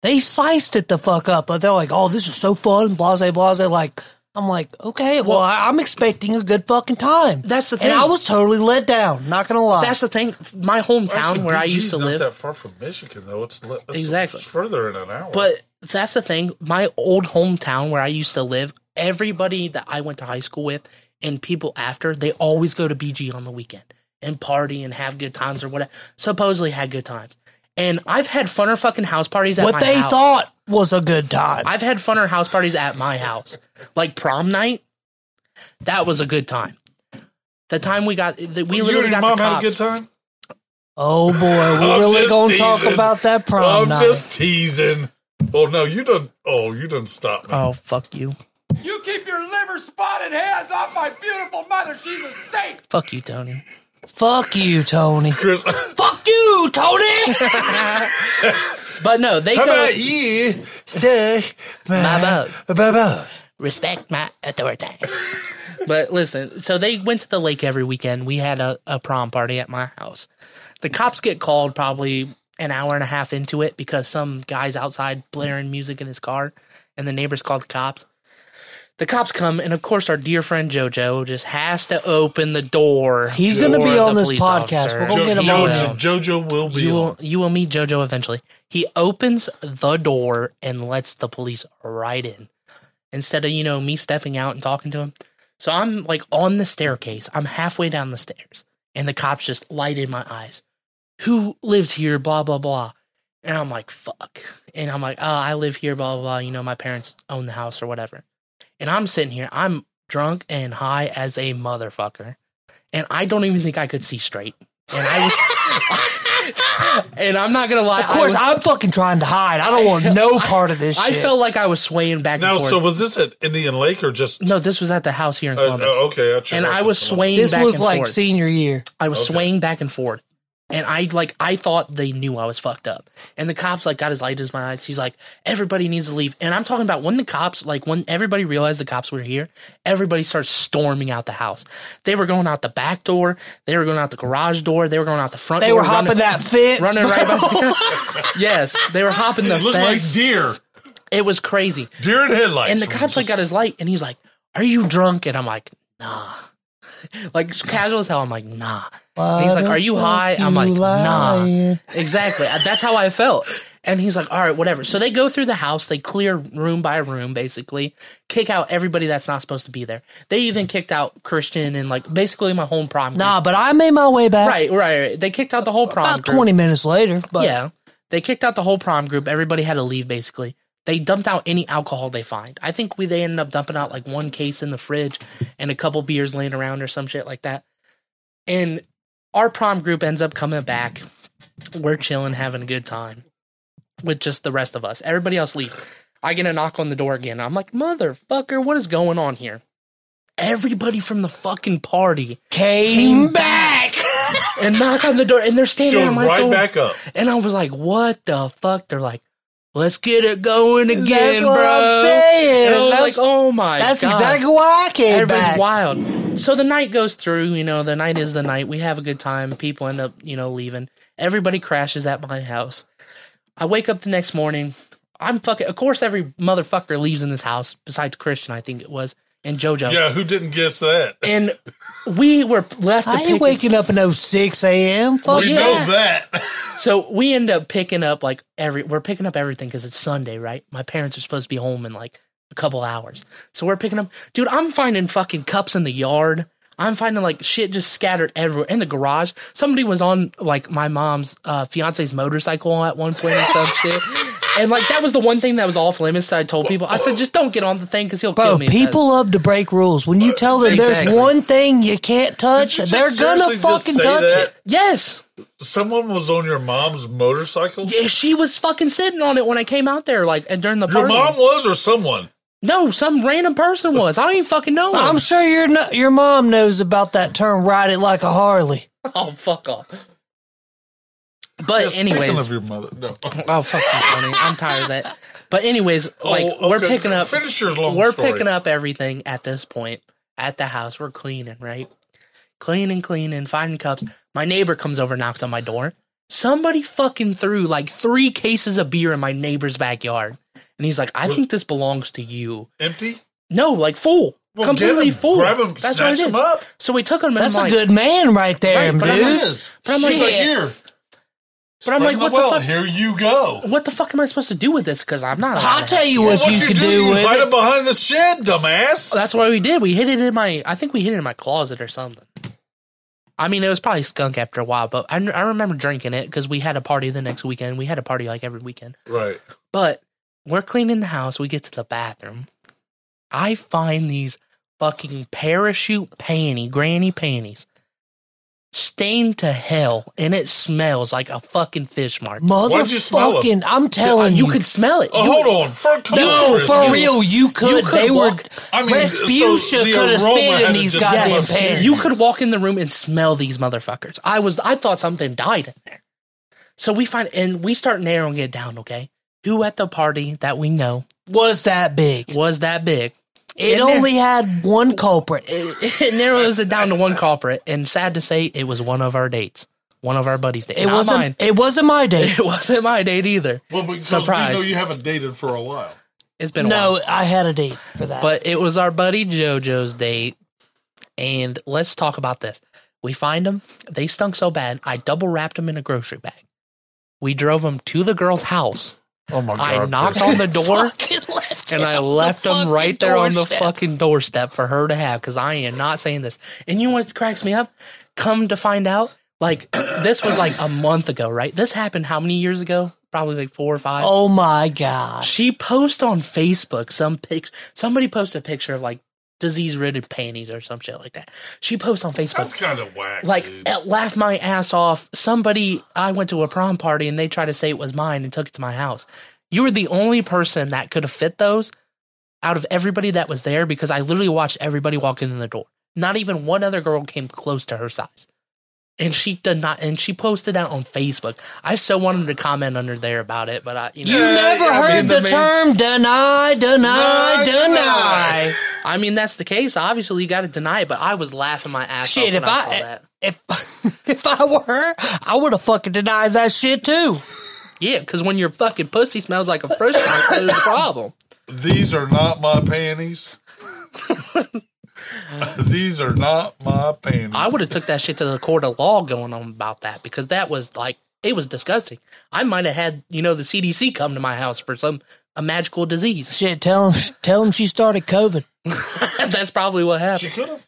they sliced it the fuck up. But they're like, "Oh, this is so fun," blase blase. Like I'm like, okay, well, I, I'm expecting a good fucking time. That's the And thing. I was totally let down. Not gonna lie. that's the thing. My hometown Actually, where I BG 's used to not live, that far from Michigan, though. It's, le- it's Exactly. further in an hour. but that's the thing. My old hometown where I used to live, everybody that I went to high school with and people after, they always go to BG on the weekend and party and have good times or whatever. Supposedly had good times. And I've had funner fucking house parties at what my they house. thought was a good time. I've had funner house parties at my house, like prom night. That was a good time. The time we got, the, we you literally and got your mom the had a cops. good time. oh boy, we're I'm really just gonna talk teasing. about that prom I'm night. just teasing. Oh no, you done. Oh, you done stop me. Oh fuck you, You keep your liver spotted hands off my beautiful mother. She's a saint. fuck you, Tony. Fuck you, Tony. Oh. Chris, Fuck you, Tony. But no, they how go. about you, say My boat. Baba? respect my authority. but listen, so they went to the lake every weekend. We had a, a prom party at my house. The cops get called probably an hour and a half into it because some guy's outside blaring music in his car, and the neighbors called the cops. The cops come, and of course, our dear friend JoJo just has to open the door. He's gonna be for on the this police podcast. officer. We're Jo- gonna get him Jo- on. Jojo. Jo- Jojo will be You on. will, you will meet JoJo eventually. He opens the door and lets the police right in instead of, you know, me stepping out and talking to him. So I'm like on the staircase. I'm halfway down the stairs and the cops just light in my eyes. Who lives here? Blah, blah, blah. And I'm like, fuck. And I'm like, oh, I live here, blah, blah, blah. You know, my parents own the house or whatever. And I'm sitting here. I'm drunk and high as a motherfucker. And I don't even think I could see straight. And I was, and I'm not gonna lie. Of course, I, was- I'm fucking trying to hide. I don't want no part of this I shit. felt like I was swaying back Now, and forth. so was this at Indian Lake or just? no, this was at the house here in Uh, uh, Columbus. okay, I and I was swaying this back was and like forth. senior year. I was Okay. swaying back and forth, and I like I thought they knew I was fucked up. And the cops like got as light as my eyes. He's like, everybody needs to leave. And I'm talking about when the cops like when everybody realized the cops were here, everybody starts storming out the house. They were going out the back door. They were going out the garage door. They were going out the front. They door, were hopping running- that fence. Running bro. right by, yes, they were hopping the It looked like fence. deer, it was crazy. deer in headlights. And the cops like got his light, and he's like, "Are you drunk?" And I'm like, "Nah." like casual as hell. I'm like, "Nah." And he's like, Why "Are the you fuck high?" I'm like, you lying? "Nah." Exactly. That's how I felt. And he's like, all right, whatever. So they go through the house, they clear room by room, basically, kick out everybody that's not supposed to be there. They even kicked out Christian and like basically my whole prom. group. Nah, but I made my way back Right, right, right. They kicked out the whole prom. about group. 20 minutes later. But yeah. They kicked out the whole prom group. Everybody had to leave basically. They dumped out any alcohol they find. I think we they ended up dumping out like one case in the fridge and a couple beers laying around or some shit like that. And our prom group ends up coming back. We're chilling, having a good time with just the rest of us. Everybody else leaves. I get a knock on the door again. I'm like, motherfucker, what is going on here? Everybody from the fucking party came back. and knock on the door and they're standing Showed on my right door. back up. And I was like, what the fuck? They're like, let's get it going again, That's bro. what I'm saying. And I was That's- like, oh my That's God. exactly why I came Everybody's back. wild. So the night goes through, you know, the night is the night. We have a good time. People end up, you know, leaving. Everybody crashes at my house. I wake up the next morning. I'm fucking, of course, every motherfucker leaves in this house besides Christian, I think it was, and JoJo. Yeah, who didn't guess that? And we were left to I pick ain't waking up at 06 a.m. Fuck we yeah. know that. So we end up picking up like every we're picking up everything because it's Sunday, right? My parents are supposed to be home in like a couple hours, so we're picking up. Dude, I'm finding fucking cups in the yard. I'm finding like shit just scattered everywhere in the garage. Somebody was on like my mom's uh, fiance's motorcycle at one point or some shit, and like that was the one thing that was off limits. That I told people, I said, just don't get on the thing because he'll kill Bro, me. if that- people love to break rules. When you tell them Exactly. there's one thing you can't touch, Did you just they're gonna seriously just fucking say touch that? it. yes, Someone was on your mom's motorcycle. yeah, she was fucking sitting on it when I came out there, like and during the Your party. mom was or someone? No, some random person was. I don't even fucking know. Him. I'm sure your no- your mom knows about that term. Ride it like a Harley. Oh, fuck off. But Speaking Uh, anyways, of your mother. No. oh fuck you, Tony. I'm tired of that. But anyways, Oh, like we're okay. picking up, Finish your long we're story. picking up everything at this point at the house. We're cleaning, right? Cleaning, cleaning, finding cups. My neighbor comes over, knocks on my door. Somebody fucking threw like three cases of beer in my neighbor's backyard, and he's like, "I think this belongs to you." Empty. No, like full, Well, get completely him, full. Grab him. That's what I snatch did. him up. So we took him. And That's I'm a like, good man right there, Right, but I'm dude. It is. But I'm She's like- here. But I'm like, Bring what the well, fuck? Here you go. What the fuck am I supposed to do with this? Because I'm not. I'll tell you what What you you, could do, do you with hide it. it behind the shed, dumbass. Oh, That's what we did. We hid it in my. I think we hid it in my closet or something. I mean, it was probably skunk after a while, but I, I remember drinking it because we had a party the next weekend. We had a party like every weekend. Right. But we're cleaning the house. We get to the bathroom. I find these fucking parachute panty, granny panties, stained to hell, and it smells like a fucking fish market. Why'd you smell 'em? Motherfucking, I'm telling you you. could smell it. Oh, You- hold on. For, come on, no, Chris. for You- real, you could. could they walk- were. I mean, Respucia so the could have aroma fit in had to these just goddamn left you. pants. You could walk in the room and smell these motherfuckers. I was I thought something died in there. So we find and we start narrowing it down, okay? Who at the party that we know was that big. was that big? It And only had one culprit. it, it narrows it down to one culprit, and sad to say, it was one of our dates. One of our buddies' dates. It Not wasn't. mine. It wasn't my day. It wasn't my date either. Well, because Surprise. we know you haven't dated for a while. It's been a while. No, I had a date for that. But it was our buddy JoJo's date. And let's talk about this. We find them. They stunk so bad. I double wrapped them in a grocery bag. We drove them to the girl's house. Oh my I knocked on the door Fucking left and it I on the left them fucking right there on the doorstep. fucking doorstep for her to have because I am not saying this. And you know what cracks me up? Come to find out, like, this was like a month ago, right? This happened how many years ago? Probably like four or five. Oh my god! She posts on Facebook some pic. Somebody posted a picture of like disease ridden panties or some shit like that. She posts on That's Facebook. kind of whack. Like dude. laughed laugh my ass off. Somebody I went to a prom party and they tried to say it was mine and took it to my house. You were the only person that could have fit those out of everybody that was there because I literally watched everybody walk in the door. Not even one other girl came close to her size. And she did not and she posted that on Facebook. I so wanted to comment under there about it, but I you know You never I heard mean, the, the main- term deny, deny, Deny, deny. I mean, that's the case. Obviously, you got to deny it, but I was laughing my ass off Shit, when if I, saw I that. if if I were her, I would have fucking denied that shit too. Yeah, because when your fucking pussy smells like a fish tank, there's a problem. These are not my panties. These are not my panties. I would have took that shit to the court of law going on about that because that was like It was disgusting. I might have had, you know, the CDC come to my house for some a magical disease. Shit, tell him, tell him she started COVID. That's probably what happened. could have.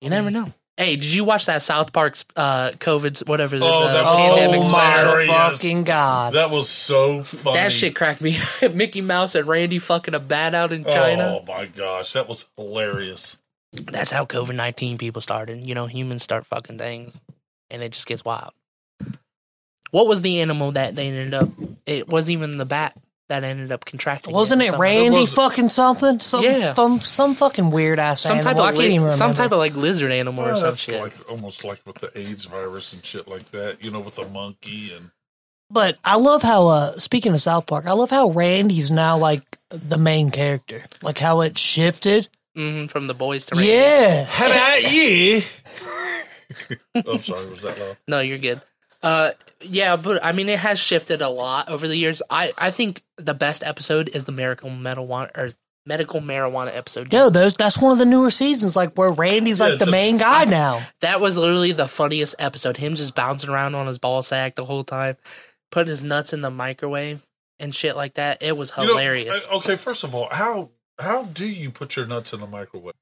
You never know. Hey, did you watch that South Park's uh COVID's whatever the, Oh, the that was so Oh pandemic Pandemic's my hilarious. fucking god! That was so funny. That shit cracked me. Mickey Mouse and Randy fucking a bat out in China. Oh my gosh, that was hilarious. That's how COVID nineteen people started. You know, humans start fucking things, and it just gets wild. What was the animal that they ended up? It wasn't even the bat that ended up contracting. Wasn't it Some- Randy was- fucking something? Some, Yeah. some, some fucking weird ass Some type animal. I of can't even li- remember. some type of like lizard animal or Well, some Oh, that's shit. like almost like with the AIDS virus and shit like that. You know, with the monkey and But I love how uh speaking of South Park, I love how Randy's now like the main character. Like how it shifted. hmm from the boys to Randy. Yeah. How about you? I'm sorry, was that loud? No, you're good. Uh, yeah, but I mean, it has shifted a lot over the years. I I think the best episode is the miracle marijuana or medical marijuana episode. Yo, those that's one of the newer seasons, like where Randy's Yeah, like the just- main guy now. That was literally the funniest episode. Him just bouncing around on his ball sack the whole time, putting his nuts in the microwave and shit like that. It was You know, hilarious. I- okay, first of all, how how do you put your nuts in the microwave?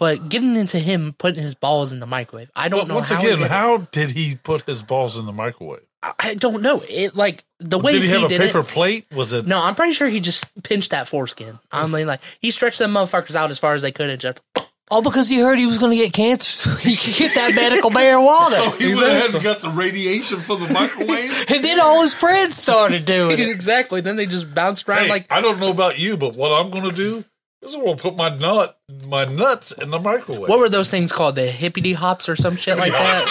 but getting into him putting his balls in the microwave, I don't But know. once how he again, did it. how did he put his balls in the microwave? I- I don't know. It like the way did he have a did paper it. plate? Was it? No, I'm pretty sure he just pinched that foreskin. I mean, like he stretched them motherfuckers out as far as they could and just All because he heard he was gonna get cancer so he could get that medical marijuana. he went ahead and got the radiation from the microwave. and then all his friends started doing it. exactly. Then they just bounced around Hey, like I don't know about you, but what I'm going to do is I'm going to put my nut, my nuts in the microwave. what were those things called? The hippity hops or some shit like that.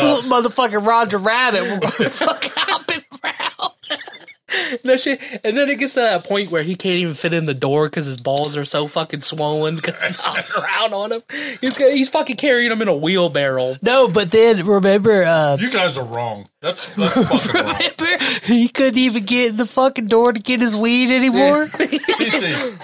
Little Motherfucking Roger Rabbit fucking hopping around. no shit. And then it gets to that point where he can't even fit in the door because his balls are so fucking swollen because it's hopping around on him. He's got- he's fucking carrying them in a wheelbarrow. No, but then remember uh You guys are wrong. That's, that's fucking wrong. remember he couldn't even get in the fucking door to get his weed anymore. TC,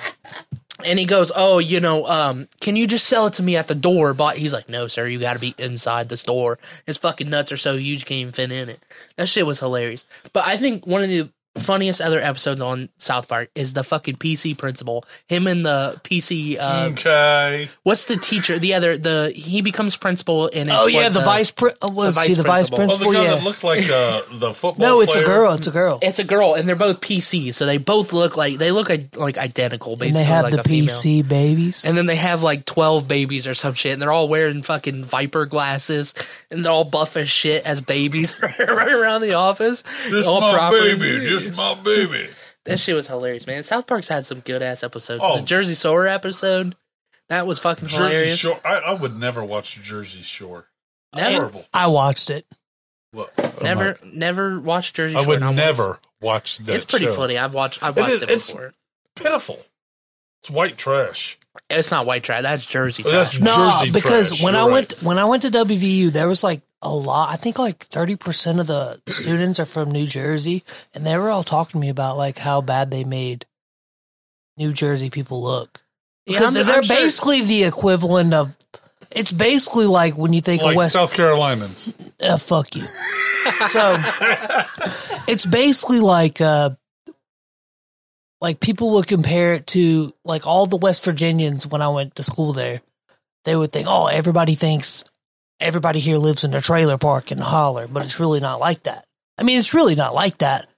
And he goes, "Oh, you know, um, can you just sell it to me at the door?" But he's like, "No, sir, you got to be inside the store. His fucking nuts are so huge, you can't even fit in it." That shit was hilarious. But I think one of the funniest other episodes on South Park is the fucking PC principal. Him and the PC, uh, Mm. okay. what's the teacher? The other, the he becomes principal and it's Oh what yeah, the, vice pri- uh, was the she vice the vice Oh, the principal? guy that yeah. looked like uh, the football. No, it's a player? girl. It's a girl. It's a girl, and they're both PCs, so they both look like they look like, like identical. and Basically, they have like the a female. PC babies. And then they have like 12 babies or some shit, and they're all wearing fucking viper glasses, and they're all buff as shit as babies right around the office. Just all my proper. baby. Just my baby. that shit was hilarious, man. South Park's had some good ass episodes. Oh. The Jersey Shore episode, that was fucking Jersey hilarious. Shore. I, I would never watch Jersey Shore. Never, Horrible. I watched it. What? never, never watched Jersey I Shore. would and almost- never watch that. It's pretty show. funny. I've watched. I've watched is- it, it's- before. Pitiful. It's white trash. It's not white trash. That's Jersey trash. That's No, Jersey because trash, when you're I right. went when I went to WVU, there was like a lot. I think like thirty percent of the students are from New Jersey, and they were all talking to me about like how bad they made New Jersey people look Yeah, because I'm- they're I'm sure- basically the equivalent of. It's basically like when you think like of West South Carolinians. uh, fuck you. so it's basically like uh like people would compare it to like all the West Virginians when I went to school there. They would think, "Oh, everybody thinks everybody here lives in a trailer park and holler," but it's really not like that. I mean, it's really not like that,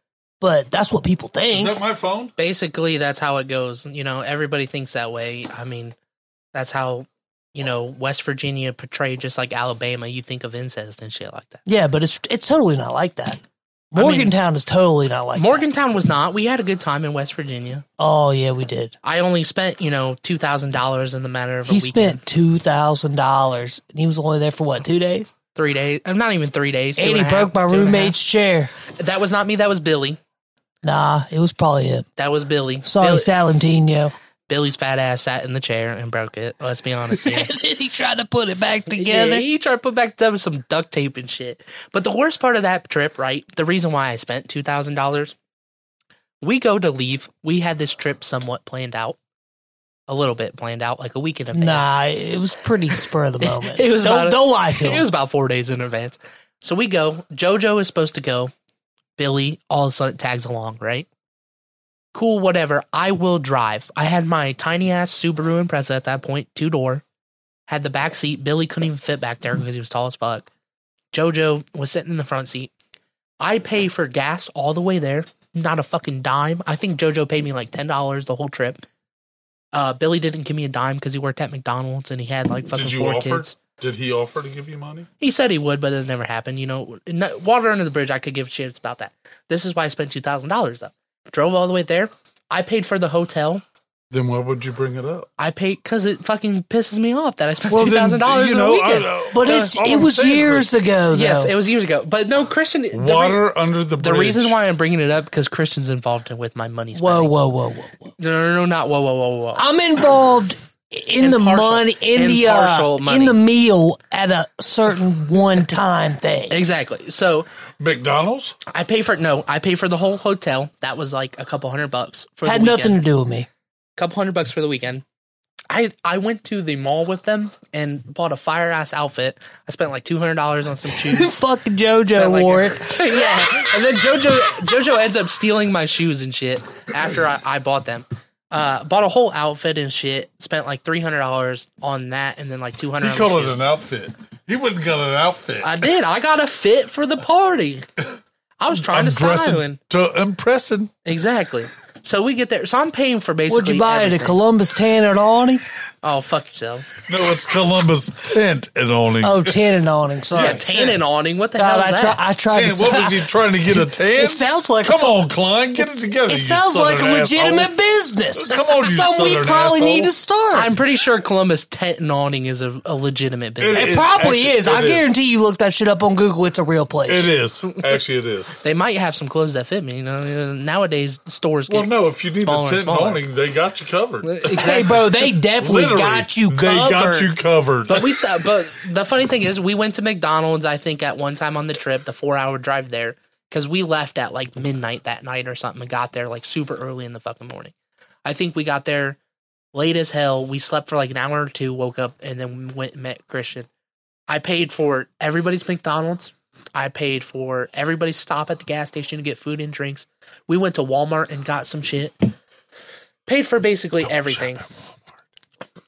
but that's what people Is think. that my phone? basically that's how it goes you know everybody thinks that way i mean that's how you know west virginia portrayed just like alabama you think of incest and shit like that yeah, but it's it's totally not like that. I mean- Morgantown is totally not like that. morgantown was not we had a good time in west virginia Oh yeah, we did. i only spent you know $2000 in the matter of a He weekend spent two thousand dollars, and he was only there for what two days? three days i'm not even three days two and he a half, broke my two and a half. roommate's chair. that was not me that was billy Nah, it was probably him. that was billy Sorry, Bill- Salentino. billy's fat ass sat in the chair and broke it let's be honest here then he tried to put it back Yeah, he tried to put back together some duct tape and shit. But the worst part of that trip, right? The reason why I spent two thousand dollars, we go to leave. We had this trip somewhat planned out, a little bit planned out, like a week in advance. Nah, it was pretty spur of the moment. It was about don't, a- don't lie to it him. was about four days in advance. So we go. JoJo is supposed to go. Billy all of a sudden tags along, right? Cool, whatever. I will drive. I had my tiny ass Subaru Impreza at that point, two door. Had the back seat. Billy couldn't even fit back there because he was tall as fuck. JoJo was sitting in the front seat. I pay for gas all the way there. Not a fucking dime. I think JoJo paid me like ten dollars the whole trip. Uh, Billy didn't give me a dime because he worked at McDonald's and he had like fucking Did you four offer? kids. Did he offer to give you money? He said he would, but it never happened. You know, no- water under the bridge. I could give shits about that. This is why I spent two thousand dollars though. Drove all the way there. I paid for the hotel. Then why would you bring it up? I paid because it fucking pisses me off that I spent two thousand dollars in a weekend. But it's all it I'm was saying is- years ago. Though. yes, it was years ago. But no, Christian. the re- water under the The bridge. reason why I'm bringing it up because Christian's involved in with my money. Spending. Whoa, whoa, whoa, whoa, whoa! No, no, no, not whoa, whoa, whoa, whoa. I'm involved in, In the partial- money, in, in the uh, partial in money. the meal at a certain one time thing. Exactly. So McDonald's. I pay for no, I pay for the whole hotel. That was like a couple hundred bucks for Had the nothing weekend. to do with me. couple hundred bucks for the weekend. I I went to the mall with them and bought a fire ass outfit. I spent like two hundred dollars on some shoes. Fucking JoJo Spent, like, wore it. yeah, and then JoJo JoJo ends up stealing my shoes and shit after I, I bought them. Uh, bought a whole outfit and shit. Spent like three hundred dollars on that, and then like two hundred. He called it an outfit. He wouldn't call it an outfit. I did. I got a fit for the party. I was trying I'm to silence. dressing to impressing. Exactly. So we get there. So I'm paying for basically. Would you buy it everything. at Columbus Tan and Awning? Oh fuck yourself. No, it's Columbus tent and only. Oh, Tan and Awning. Sorry. Yeah, tan and awning. What the God, hell I, is try, that? I tried. Tan, to what was he trying to get a tan? It sounds like Come on, Klein, get it together. It you sounds like a southern legitimate asshole. business. Come on, you Something we southern probably asshole. need to start. I'm pretty sure Columbus tent and awning is a, a legitimate business. It it is, probably actually, is. it I is. guarantee you look that shit up on Google. It's a real place. It is actually it is. They might have some clothes that fit me. You know, nowadays stores get Well, no, if you need Smaller a and tent and smaller. awning, they got you covered. Hey, exactly. bro, they definitely Literally, got you covered. They got you covered. But we stopped. But the funny thing is, we went to McDonald's. I think at one time on the trip, the four-hour drive there, because we left at like midnight that night or something, and got there like super early in the fucking morning. I think we got there late as hell. We slept for like an hour or two, woke up, and then went and met Christian. I paid for everybody's McDonald's. I paid for everybody's stop at the gas station to get food and drinks. We went to Walmart and got some shit. Paid for basically everything.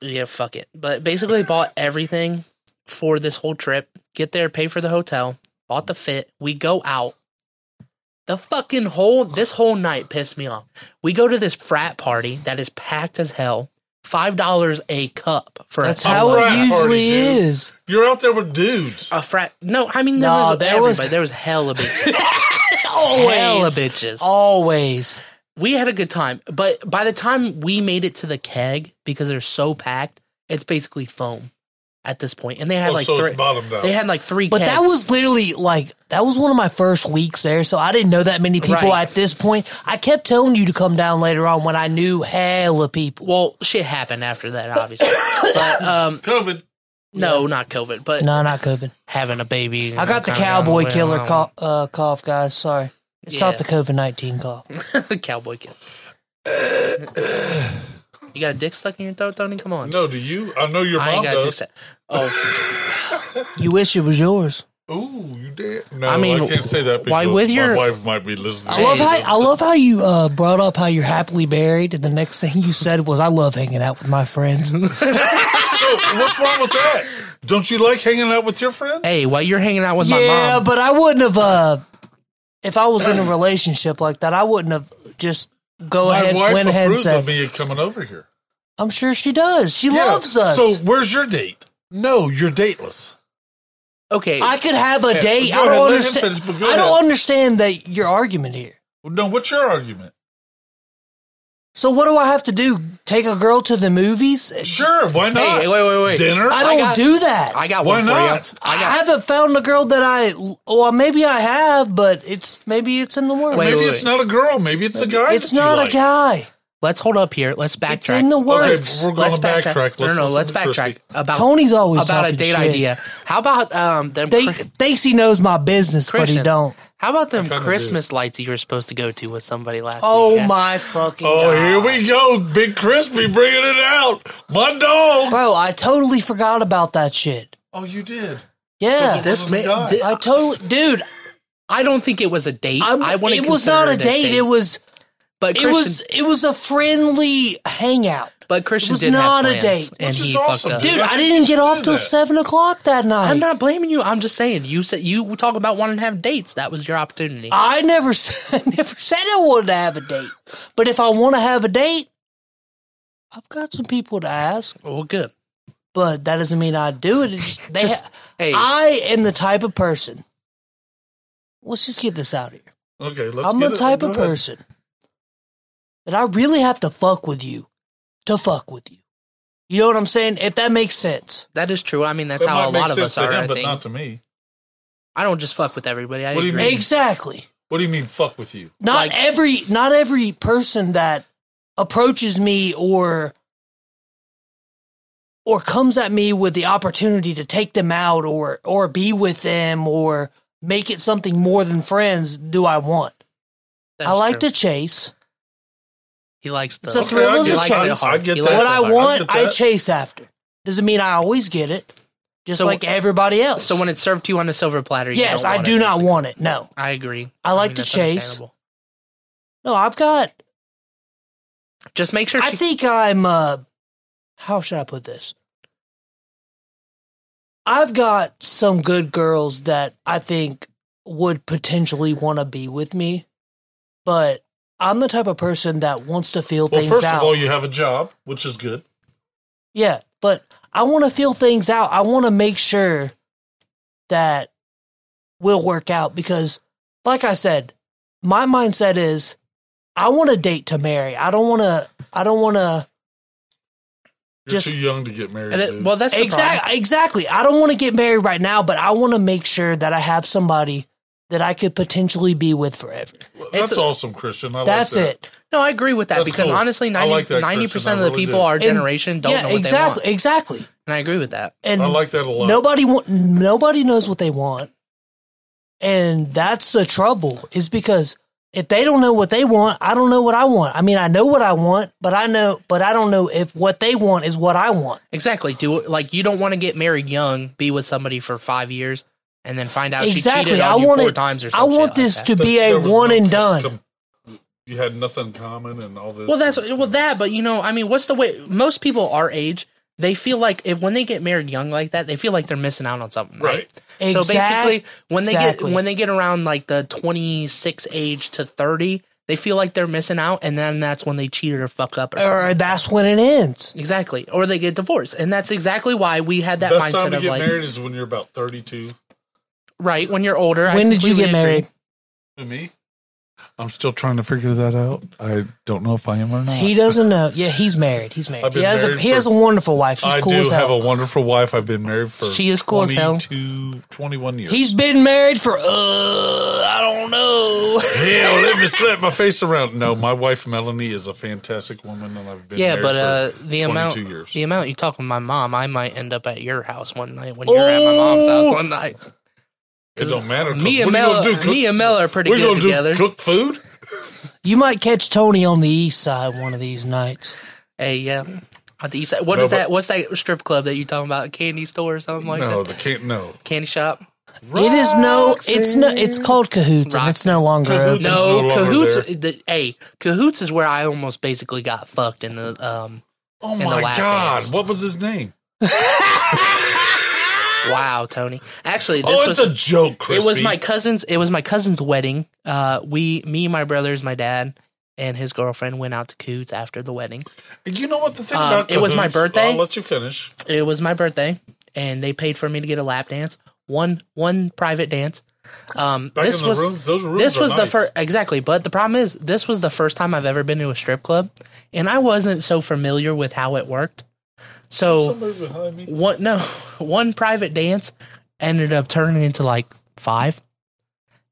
Yeah, fuck it. But basically bought everything for this whole trip. Get there, pay for the hotel, bought the fit. We go out. The fucking whole this whole night pissed me off. We go to this frat party that is packed as hell. Five dollars a cup for That's a, how All right, it usually party, dude. is. You're out there with dudes. Uh, a frat. No, I mean there No, was there everybody. was- there was hell of bitches. Always. Hella bitches. Always. we had a good time, but by the time we made it to the keg, because they're so packed, it's basically foam at this point. And they had Oh, like so three. it's bottomed out. They had like three. But that kegs. was literally like that was one of my first weeks there, so I didn't know that many people Right. at this point. I kept telling you to come down later on when I knew hella people. well, shit happened after that, obviously. but um, COVID. no, not COVID, but No, not COVID. having a baby. I got the cowboy killer cough, uh, cough, guys. Sorry, it's not Yeah. the COVID nineteen cough. the cowboy killer. you got a dick stuck in your throat, Tony? Come on. No, do you? I know your I ain't mom got a dick does. stuck. Oh, You wish it was yours. Ooh, you did. No, I I mean, mean, I can't say that because why with my your- wife might be listening. I love Hey. how I love how you uh, brought up how you're happily married, and the next thing you said was, "I love hanging out with my friends." So, what's wrong with that? Don't you like hanging out with your friends? hey, while you're hanging out with my yeah, mom, but I wouldn't have. Uh, if I was in a relationship like that, I wouldn't have just go My ahead, wife went ahead and approves of said, me coming over here. "I'm sure she does. She Yeah. loves us." So where's your date? No, you're dateless. okay. I could have a Yeah, date. I go ahead, don't let him understand. finish, but go I don't ahead. understand that your argument here. No, what's your argument? So what do I have to do? Take a girl to the movies? Sure, why not? hey, wait, wait, wait. Dinner? I don't got- do that. I got Why one for not? you. I I got haven't found a girl that I. Well, maybe I have, but it's maybe it's in the works. Wait, Maybe wait, wait. it's not a girl. Maybe it's a guy. it's that you not like. a guy. Let's hold up here. Let's backtrack. It's in the Okay, works. we're going to backtrack. No, no, no, let's listen to backtrack Crispy. about Tony's always about a talking date shit. idea. How about um them? They Chri- thinks he knows my business, but Christian. he don't. how about them kinda do. Christmas lights you were supposed to go to with somebody last? Oh weekend? my fucking! Oh, God. here we go. Big Crispy bringing it out. My dog. bro! I totally forgot about that shit. Oh, you did. Yeah, This wasn't man, a guy. th- I totally, dude. I don't think it was a date. I'm, I want to. it was not a date. It was But it Christian, was it was a friendly hangout, But Christian was did not have a plans, date. and Which is he awesome, fucked up. dude. I I think didn't get we should off do till that. seven o'clock that night. I'm not blaming you. I'm just saying you said you talk about wanting to have dates. That was your opportunity. I never, s- I never said I wanted to have a date. But if I want to have a date, I've got some people to ask. well, good. But that doesn't mean I do it. It's just- they, Just- ha- hey. I am the type of person. Let's just get this out here. Okay, let's I'm get the it. type Go of ahead. person that I really have to fuck with you to fuck with you. You know what I'm saying? If that makes sense. That is true. I mean, that's That how might a make lot of sense us to are. him, I but think. not to me. I don't just fuck with everybody. I What do you agree. mean? Exactly. What do you mean? Fuck with you? Not Like- every not every person that approaches me or or comes at me with the opportunity to take them out or or be with them or make it something more than friends do I want. That I is like true. to chase. He likes the. It's a thrill I of the get likes it chase. I hard. get He that. likes what it I hard. want, get I that. chase after. Doesn't mean I always get it, just So- like everybody else. So when it's served to you on a silver platter, you yes, don't I want do it, not basically. want it. No, I agree. I like to that's chase. understandable. no, I've got. Just make sure. I she, think I'm. Uh, how should I put this? I've got some good girls that I think would potentially want to be with me, but I'm the type of person that wants to feel Well, things first out. of all, you have a job, which is good. Yeah, but I want to feel things out. I want to make sure that will work out because, like I said, my mindset is I want to date to marry. I don't want to. I don't want to. You're Just- too young to get married. and it- dude. well, that's the problem. Exactly. Exactly. I don't want to get married right now, but I want to make sure that I have somebody that I could potentially be with forever. Well, that's it's a- awesome, Christian. I like That's that. it. No, I agree with that That's because cool. honestly, I 90, like that, Christian. I percent of the really people do. our And- generation don't yeah. know what exactly. they want, Exactly. and I agree with that. And I like that a lot. Nobody wa- nobody knows what they want. And that's the trouble is because if they don't know what they want, I don't know what I want. I mean, I know what I want, but I know but I don't know if what they want is what I want. Exactly. Do it like you don't want to get married young, be with somebody for five years, and then find out she exactly. cheated on I you want four it, times or I some shit want like this that. to But be there a was one no and com- done. com- you had nothing in common and all this. Well, that's well that, but you know, I mean, what's the way most people our age? They feel like if when they get married young like that, they feel like they're missing out on something, right? Right. So Exact- basically, when they exactly. get when they get around like the twenty six age to thirty, they feel like they're missing out, and then that's when they cheat or fuck up, or, something. or that's when it ends. exactly, or they get divorced, and that's exactly why we had that best time mindset to of get like, married is when you're about 32. right when you're older. I when did you completely get agree. married? To me, I'm still trying to figure that out. I don't know if I am or not. He doesn't know. Yeah, he's married. He's married. I've He been has a married he for- has a wonderful wife. She's I cool do as have hell. a wonderful wife. I've been married for She is cool as hell. 22, 21 years. he's been married for uh I don't know. Hell, let me slap my face around. No, my wife Melanie is a fantastic woman, and I've been Yeah, married but uh, for the 22 amount years. the amount you talk with my mom, I might end up at your house one night when you're at my mom's house one night. It don't matter. 'cause Me and what are you Mel, gonna do, cook- me and Mel are pretty We're good gonna together. do cook food. You might catch Tony on the east side one of these nights. Hey, yeah. On the east side. What No, is but- that? What's that strip club that you talking about? Candy store or something like no, that? they can't. No, Candy shop? It is no. It's no. It's called Cahoots, and it's no longer. open. Cahoots. It's No, no longer Cahoots. there. The, hey, Cahoots is where I almost basically got fucked in the. um Oh the my lap God! dance. What was his name? Wow, Tony. Actually, this oh, was it's a joke, Crispy. it was my cousin's. It was my cousin's wedding. Uh, we, me, my brothers, my dad, and his girlfriend went out to Cahoots after the wedding. You know what the thing Um, about it was my cahoots- birthday. I'll let you finish. it was my birthday and they paid for me to get a lap dance one one private dance um Back this in the was rooms, those rooms. this are was the nice. first exactly but the problem is this was the first time i've ever been to a strip club and i wasn't so familiar with how it worked so Somebody behind me. one no one private dance ended up turning into like five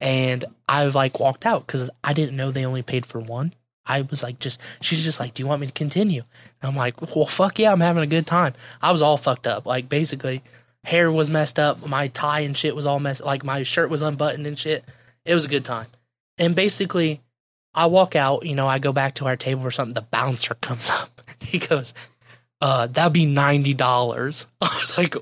and i like walked out because i didn't know they only paid for one i was like just she's just like do you want me to continue and i'm like well fuck yeah i'm having a good time i was all fucked up like basically hair was messed up my tie and shit was all messed like my shirt was unbuttoned and shit it was a good time and basically i walk out you know i go back to our table or something the bouncer comes up he goes uh, that'd be ninety dollars. I was like,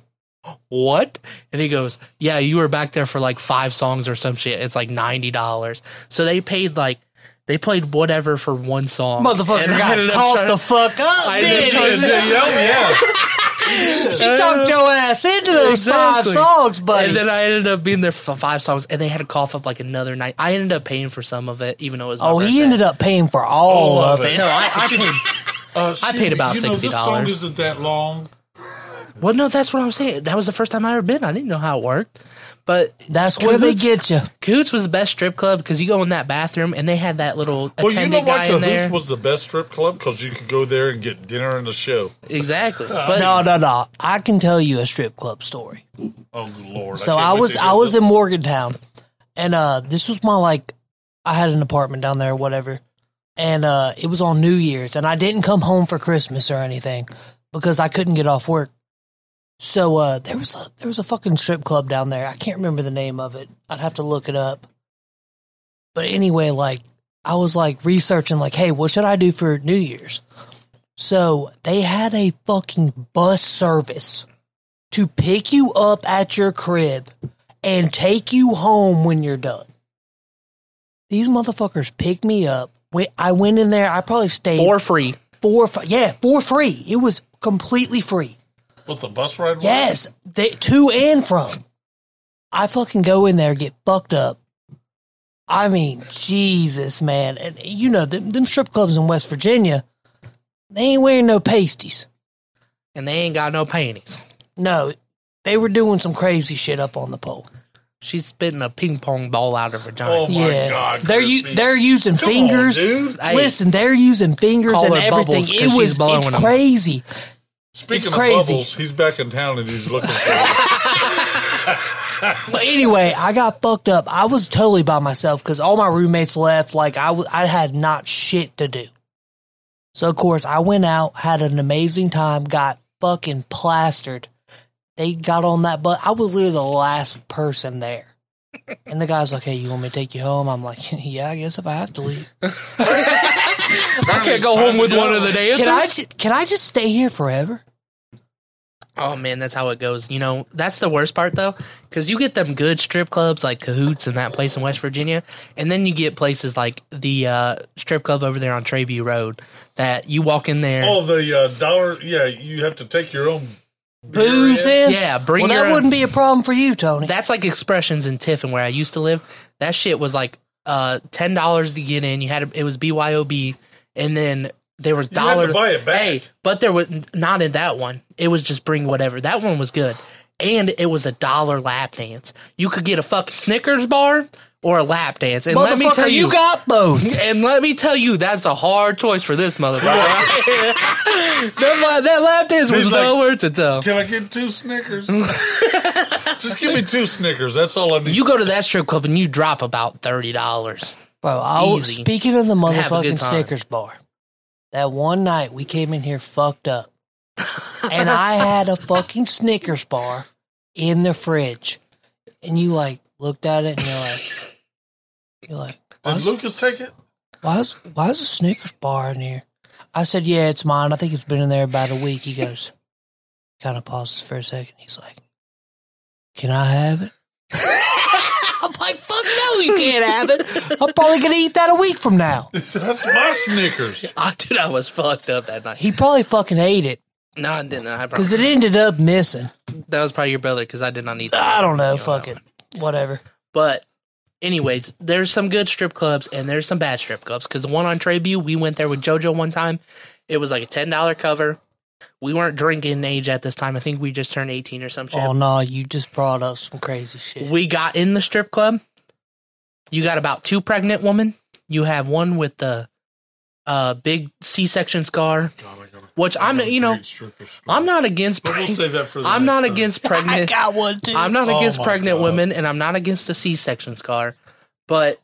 what? And he goes, yeah, you were back there for like five songs or some shit. It's like $90. So they paid like, they played whatever for one song. Motherfucker And I got ended up caught trying- the fuck up, I did ended he? up trying to- She talked your ass into those Exactly. five songs, buddy. And then I ended up being there for five songs, and they had to cough up like another night. I ended up paying for some of it, even though it was. My oh, he birthday. ended up paying for all, of it. No, I, I paid. Uh, I paid excuse me, about you know, This song $60. isn't that long. Well, no, that's what I'm saying. That was the first time I ever been. I didn't know how it worked, but That's where they Coots- get you. Coots was the best strip club because you go in that bathroom and they had that little Well, you attendant know why guy in there. Cahoots was the best strip club because you could go there and get dinner and a show. exactly. But No, no, no. I can tell you a strip club story. Oh good lord! So I was I was in Morgantown, and uh, this was my like I had an apartment down there, or whatever, and uh, it was on New Year's, and I didn't come home for Christmas or anything because I couldn't get off work. So uh, there was a there was a fucking strip club down there. I can't remember the name of it. I'd have to look it up. But anyway, like I was like researching, like, hey, what should I do for New Year's? So they had a fucking bus service to pick you up at your crib and take you home when you're done. These motherfuckers picked me up. We- I went in there. I probably stayed for free, four, fi- yeah, for free. It was completely free. What the bus ride? was? Yes, they, to and from. I fucking go in there, get fucked up. I mean, Jesus, man, and you know them, them strip clubs in West Virginia, they ain't wearing no pasties. and they ain't got no panties. No, they were doing some crazy shit up on the pole. She's spitting a ping pong ball out of her vagina. Oh my yeah, god! they're u- Crispy. they're using Come on, fingers. dude. Hey. Listen, they're using fingers Call and her everything. Bubbles 'cause It she's was blowing it's them. crazy. Speaking it's of crazy. bubbles, he's back in town and he's looking for. it. But anyway, I got fucked up. I was totally by myself because all my roommates left. Like I, w- I had not shit to do. So of course I went out, had an amazing time, got fucking plastered. They got on that bus. I was literally the last person there. And the guy's like, "Hey, you want me to take you home?" I'm like, "Yeah, I guess if I have to leave, I can't go home with one of the dancers. can I? ju- can I just stay here forever?" Oh man, that's how it goes. You know, that's the worst part though, because you get them good strip clubs like Cahoots and that place in West Virginia, and then you get places like the uh, strip club over there on Treview Road that you walk in there. Oh, the uh, dollar. Yeah, you have to take your own. Booze in? Yeah, bring Well, your uh, that own- wouldn't be a problem for you, Tony. That's like Expressions in Tiffin where I used to live. That shit was like uh, ten dollars to get in. You had to, it was BYOB, and then there was had to dollar. buy it back. Hey, but there was not in that one. It was just bring whatever. That one was good, and it was a dollar lap dance. You could get a fucking Snickers bar or a lap dance. And let me tell Motherfucker, you, you got both. and let me tell you, that's a hard choice for this motherfucker. that, la- that lap dance was He's like- nowhere to tell. Can I get two Snickers? Just give me two Snickers. That's all I need. You go to that strip club and you drop about thirty dollars. Bro, I was, Easy. speaking of the have a good motherfucking time. Snickers bar, that one night we came in here fucked up. and I had a fucking Snickers bar in the fridge. And you like looked at it and you're like, you're like, why Did is, Lucas take it? why, is, why is a Snickers bar in here? I said, yeah, it's mine. I think it's been in there about a week. He goes, kind of pauses for a second. He's like, can I have it? I'm like, fuck no, you can't have it. I'm probably going to eat that a week from now. That's my Snickers. I dude, I was fucked up that night. He probably fucking ate it no, I didn't. I because probably, it ended up missing. that was probably your brother because I did not need. I don't know. Fuck it. Whatever. But anyways, there's some good strip clubs and there's some bad strip clubs. Because the one on Trayview, we went there with JoJo one time. It was like a ten dollar cover. We weren't drinking age at this time. I think we just turned eighteen or some shit. Oh no, you just brought up some crazy shit. We got in the strip club. You got about two pregnant women. You have one with the uh, big C-section scar, Oh which I'm you know I'm not against. But we'll preg- save that for the I'm next not time. against I pregnant. got one too. I'm not Oh against my pregnant God. women, and I'm not against a C-section scar, but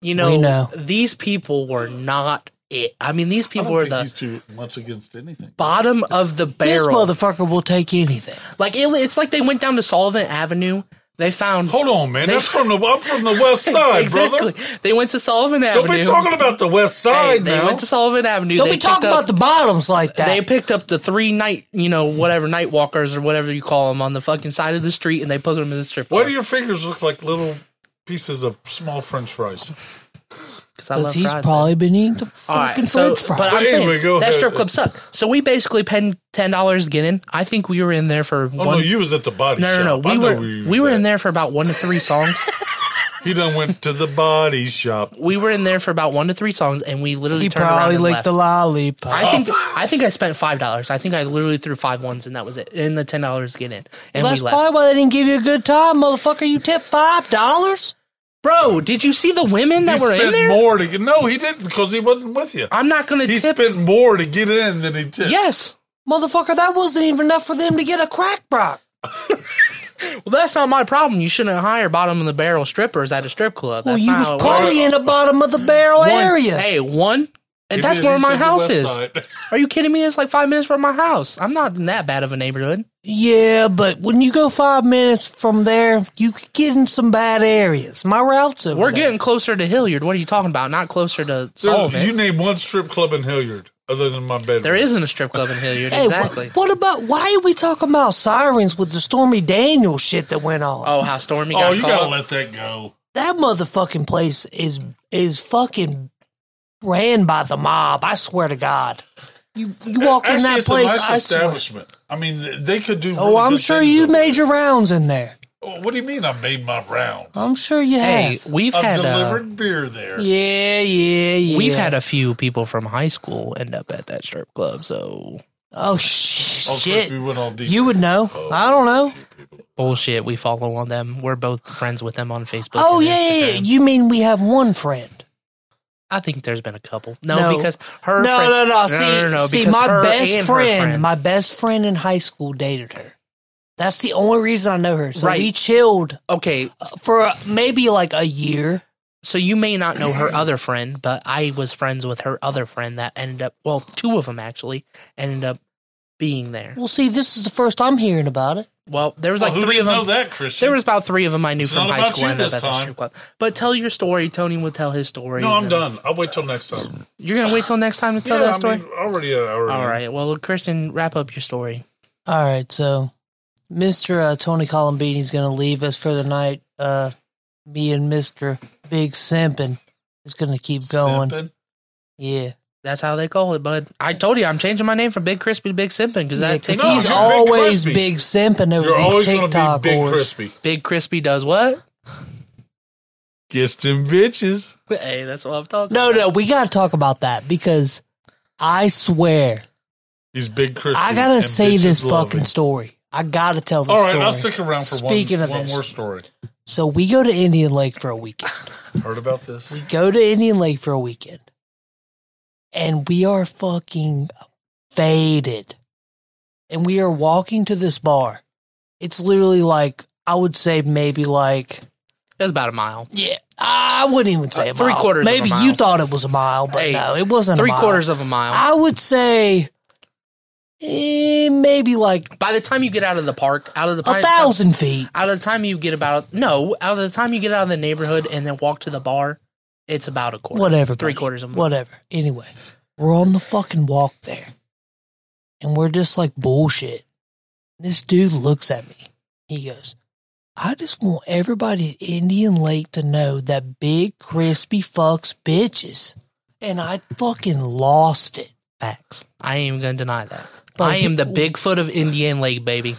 you know, We know. these people were not it. I mean, these I people don't were think the he's too much against anything. bottom of the this barrel. motherfucker will take anything. like it, it's like they went down to Sullivan Avenue. They found Hold on, man. They- That's from the I'm from the West Side, brother. They went to Sullivan Don't Avenue. be talking about the West Hey, Side they now. went to Sullivan Avenue. Don't They be talking picked up- about the bottoms like that. They picked up the three night, you know, whatever night walkers or whatever you call them on the fucking side of the street, and they put them in the strip. Why club. do your fingers look like little pieces of small French fries? 'Cause I love Because he's fries, probably been eating the man. All fucking right, so French but fries. I'm Hey, saying we go that ahead. strip club sucked. So we basically paid ten dollars to get in. I think we were in there for Oh one. no, you was at the body no, shop. no, no. We I know were where you we was were in at. there for about one to three songs. He done went to the body shop. we were in there for about one to three songs, and we literally he turned around probably and licked left. the lollipop. Oh. I think I think I spent five dollars. I think I literally threw five ones, and that was it. And the ten dollars to get in, and That's we left. probably why they didn't give you a good time, motherfucker. You tipped five dollars. Bro, did you see the women He that were in spent there? more to get. No, he didn't because he wasn't with you. I'm not gonna He tip. spent more to get in than he did. yes, Motherfucker, that wasn't even enough for them to get a crack rock. well, that's not my problem. You shouldn't hire bottom of the barrel strippers at a strip club. Well, That's you not was how it works. probably in the bottom of the barrel area. Hey, one. He That's did. where He my said the house West is. Side. Are you kidding me? It's like five minutes from my house. I'm not in that bad of a neighborhood. Yeah, but when you go five minutes from there, you could get in some bad areas. My route's over We're there. getting closer to Hilliard. What are you talking about? Not closer to Oh, Sullivan. you name one strip club in Hilliard other than my bedroom. there isn't a strip club in Hilliard. Hey, wh- exactly. what about why are we talking about sirens with the Stormy Daniels shit that went on? Oh, how Stormy got Oh, you gotta called. let that go. that motherfucking place is is fucking ran by the mob. I swear to God. You you walk in Actually, that it's place. a nice I swear. establishment. I mean, th- they could do. Oh, really I'm good sure things you over made your rounds in there. there. Oh, What do you mean? I made my rounds. I'm sure you hey, have. we've I've Um, had uh, delivered beer there. Yeah, yeah, yeah. we've had a few people from high school end up at that strip club. So oh sh- Oh, of course, shit. we went all deep. You would know. I don't know. bullshit. We follow on them. We're both friends with them on Facebook. Oh and yeah, yeah, yeah. Instagram. You mean we have one friend? I think there's been a couple. No, No. because her. no, friend, no, no. See, see, because my her best and her friend, my best friend in high school dated her. That's the only reason I know her. So Right. we chilled okay, for uh, maybe like a year. so you may not know her other friend, but I was friends with her other friend that ended up. Well, two of them actually ended up being there. Well, see, this is the first I'm hearing about it. Well, there was like Oh, who three didn't of them. know that, Christian? There was about three of them I knew It's from not high about school. you and ended this up at the time. strip club. But tell your story. Tony will tell his story. no, and I'm then- done. I'll wait till next time. You're gonna wait till next time to tell yeah, that story. I mean, already an hour. All in. right. Well, Christian, wrap up your story. All right, so Mr. Uh, Tony Colombini's going to leave us for the night. Uh, me and Mr. Big Simpin is going to keep going. Sipping. Yeah, That's how they call it, bud. I told you I'm changing my name from Big Crispy to Big Simpin because that because takes No, he's you're Big always Crispy. Big Simpin over You're these always going to TikTok be Big wars. Crispy. Big Crispy does what? Gets them bitches. Hey, that's what I'm talking. No, no, we got to talk about that because I swear He's Big Crispy. I gotta and say bitches this love fucking him. story. I gotta tell this All right, story. I'll stick around for Speaking one, of one this. more story. So we go to Indian Lake for a weekend. Heard about this? We go to Indian Lake for a weekend, and we are fucking faded, and we are walking to this bar. It's literally like I would say maybe like It was about a mile. yeah I wouldn't even say Uh, a three mile. quarters of a Maybe mile. you thought it was a mile, but Hey, no, it wasn't. a Three mile. quarters of a mile. I would say eh, maybe like By the time you get out of the park, out of the a park, thousand feet. Out of the time you get about no, out of the time you get out of the neighborhood and then walk to the bar, it's about a quarter. Whatever. Three buddy. quarters of a mile. Whatever. Anyways, we're on the fucking walk there. And we're just like bullshit. This dude looks at me. He goes, I just want everybody at Indian Lake to know that big crispy fucks bitches. And I fucking lost it. Facts. I ain't even gonna deny that. But I am the we- Bigfoot of Indian Lake, baby.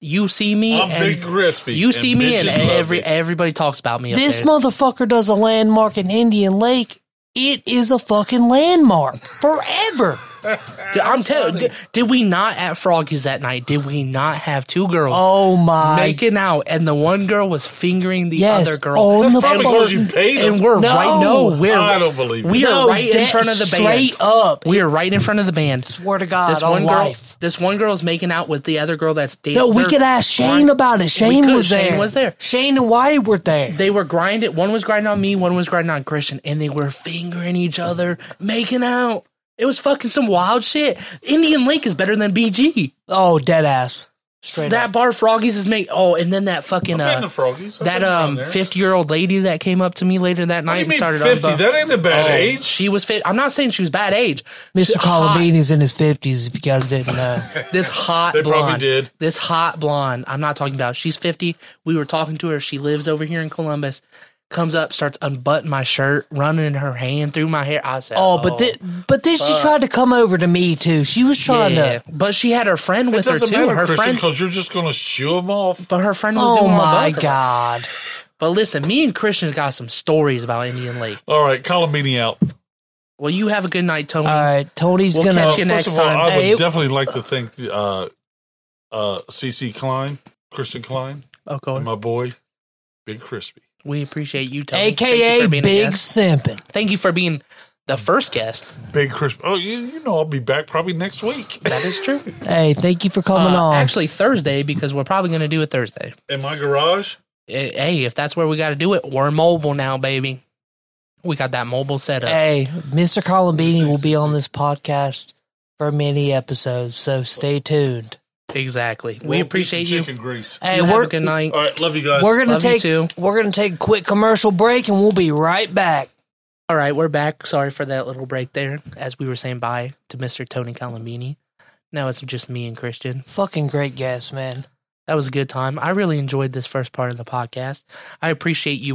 You see me I'm and Big Crispy. you see me and bitches love every me. everybody talks about me. up This there. motherfucker does a landmark in Indian Lake. It is a fucking landmark forever. Dude, I'm telling. Did, did we not at Froggy's that night? Did we not have two girls Oh my making out, and the one girl was fingering the Yes, other girl? on the Probably fucking- because you paid him. and we're No. right. No, we're I don't believe it. we No, are right in that- front of the band. Straight up. We are right in front of the band. Swear to God, This on one girl, life. this one girl's making out with the other girl that's dating. No, we they're could ask Shane grind- about it. Shane could. was there. Shane was there. Shane and White were there. They were grinding. One was grinding on me. One was grinding on Christian, and they were fingering each other, making out. It was fucking some wild shit. Indian Lake is better than BG. oh, dead ass. Straight that up. bar Froggies is made. Oh, and then that fucking uh, froggies. I've that been down um there. fifty year old lady that came up to me later that What do night you and mean started fifty? on the, That ain't a bad Oh, age. She was fit. I'm not saying she was bad age. Mr. She- hot. Colomini's in his 50s, if you guys didn't know. This hot They probably blonde. did. This hot blonde. I'm not talking about. She's 50. We were talking to her. She lives over here in Columbus. Comes up, starts unbuttoning my shirt, running her hand through my hair. I said, Oh, but thi- but then she tried to come over to me too. She was trying "Oh, yeah." to. But she had her friend It with her doesn't too. matter, Her Christian, friend, because you're just going to shoo them off. but her friend was Oh doing all my both of it. god! But listen, me and Christian got some stories about Indian Lake. All right, Colomini out. Uh, Well, you have a good night, Tony. All right, Tony's We'll gonna. catch you next First of all, time. I would Hey, it- definitely like to thank uh, uh, CC Klein, Christian Klein, okay. and my boy, Big Crispy. Oh, We appreciate you, Tony. Thank you AKA for being a Big guest. Simpin. Thank you for being the first guest. Big Crispy. Oh, you, you know I'll be back probably next week. That is true. Hey, thank you for coming Uh, on. actually, Thursday because we're probably going to do it Thursday. In my garage, Eh, Hey, if that's where we got to do it, we're mobile now, baby. We got that mobile setup. hey, Mr. Colombini will be on this podcast for many episodes, so stay tuned. Exactly. Well, We appreciate piece you. of Chicken grease. Hey, You have a we're good night. All right, love you guys. we're gonna Love you take too. we're gonna take a quick commercial break, and we'll be right back. All right, we're back. Sorry for that little break there. As we were saying bye to Mr. Tony Colombini. Now it's just me and Christian. Fucking great guest, man. That was a good time. I really enjoyed this first part of the podcast. I appreciate you all.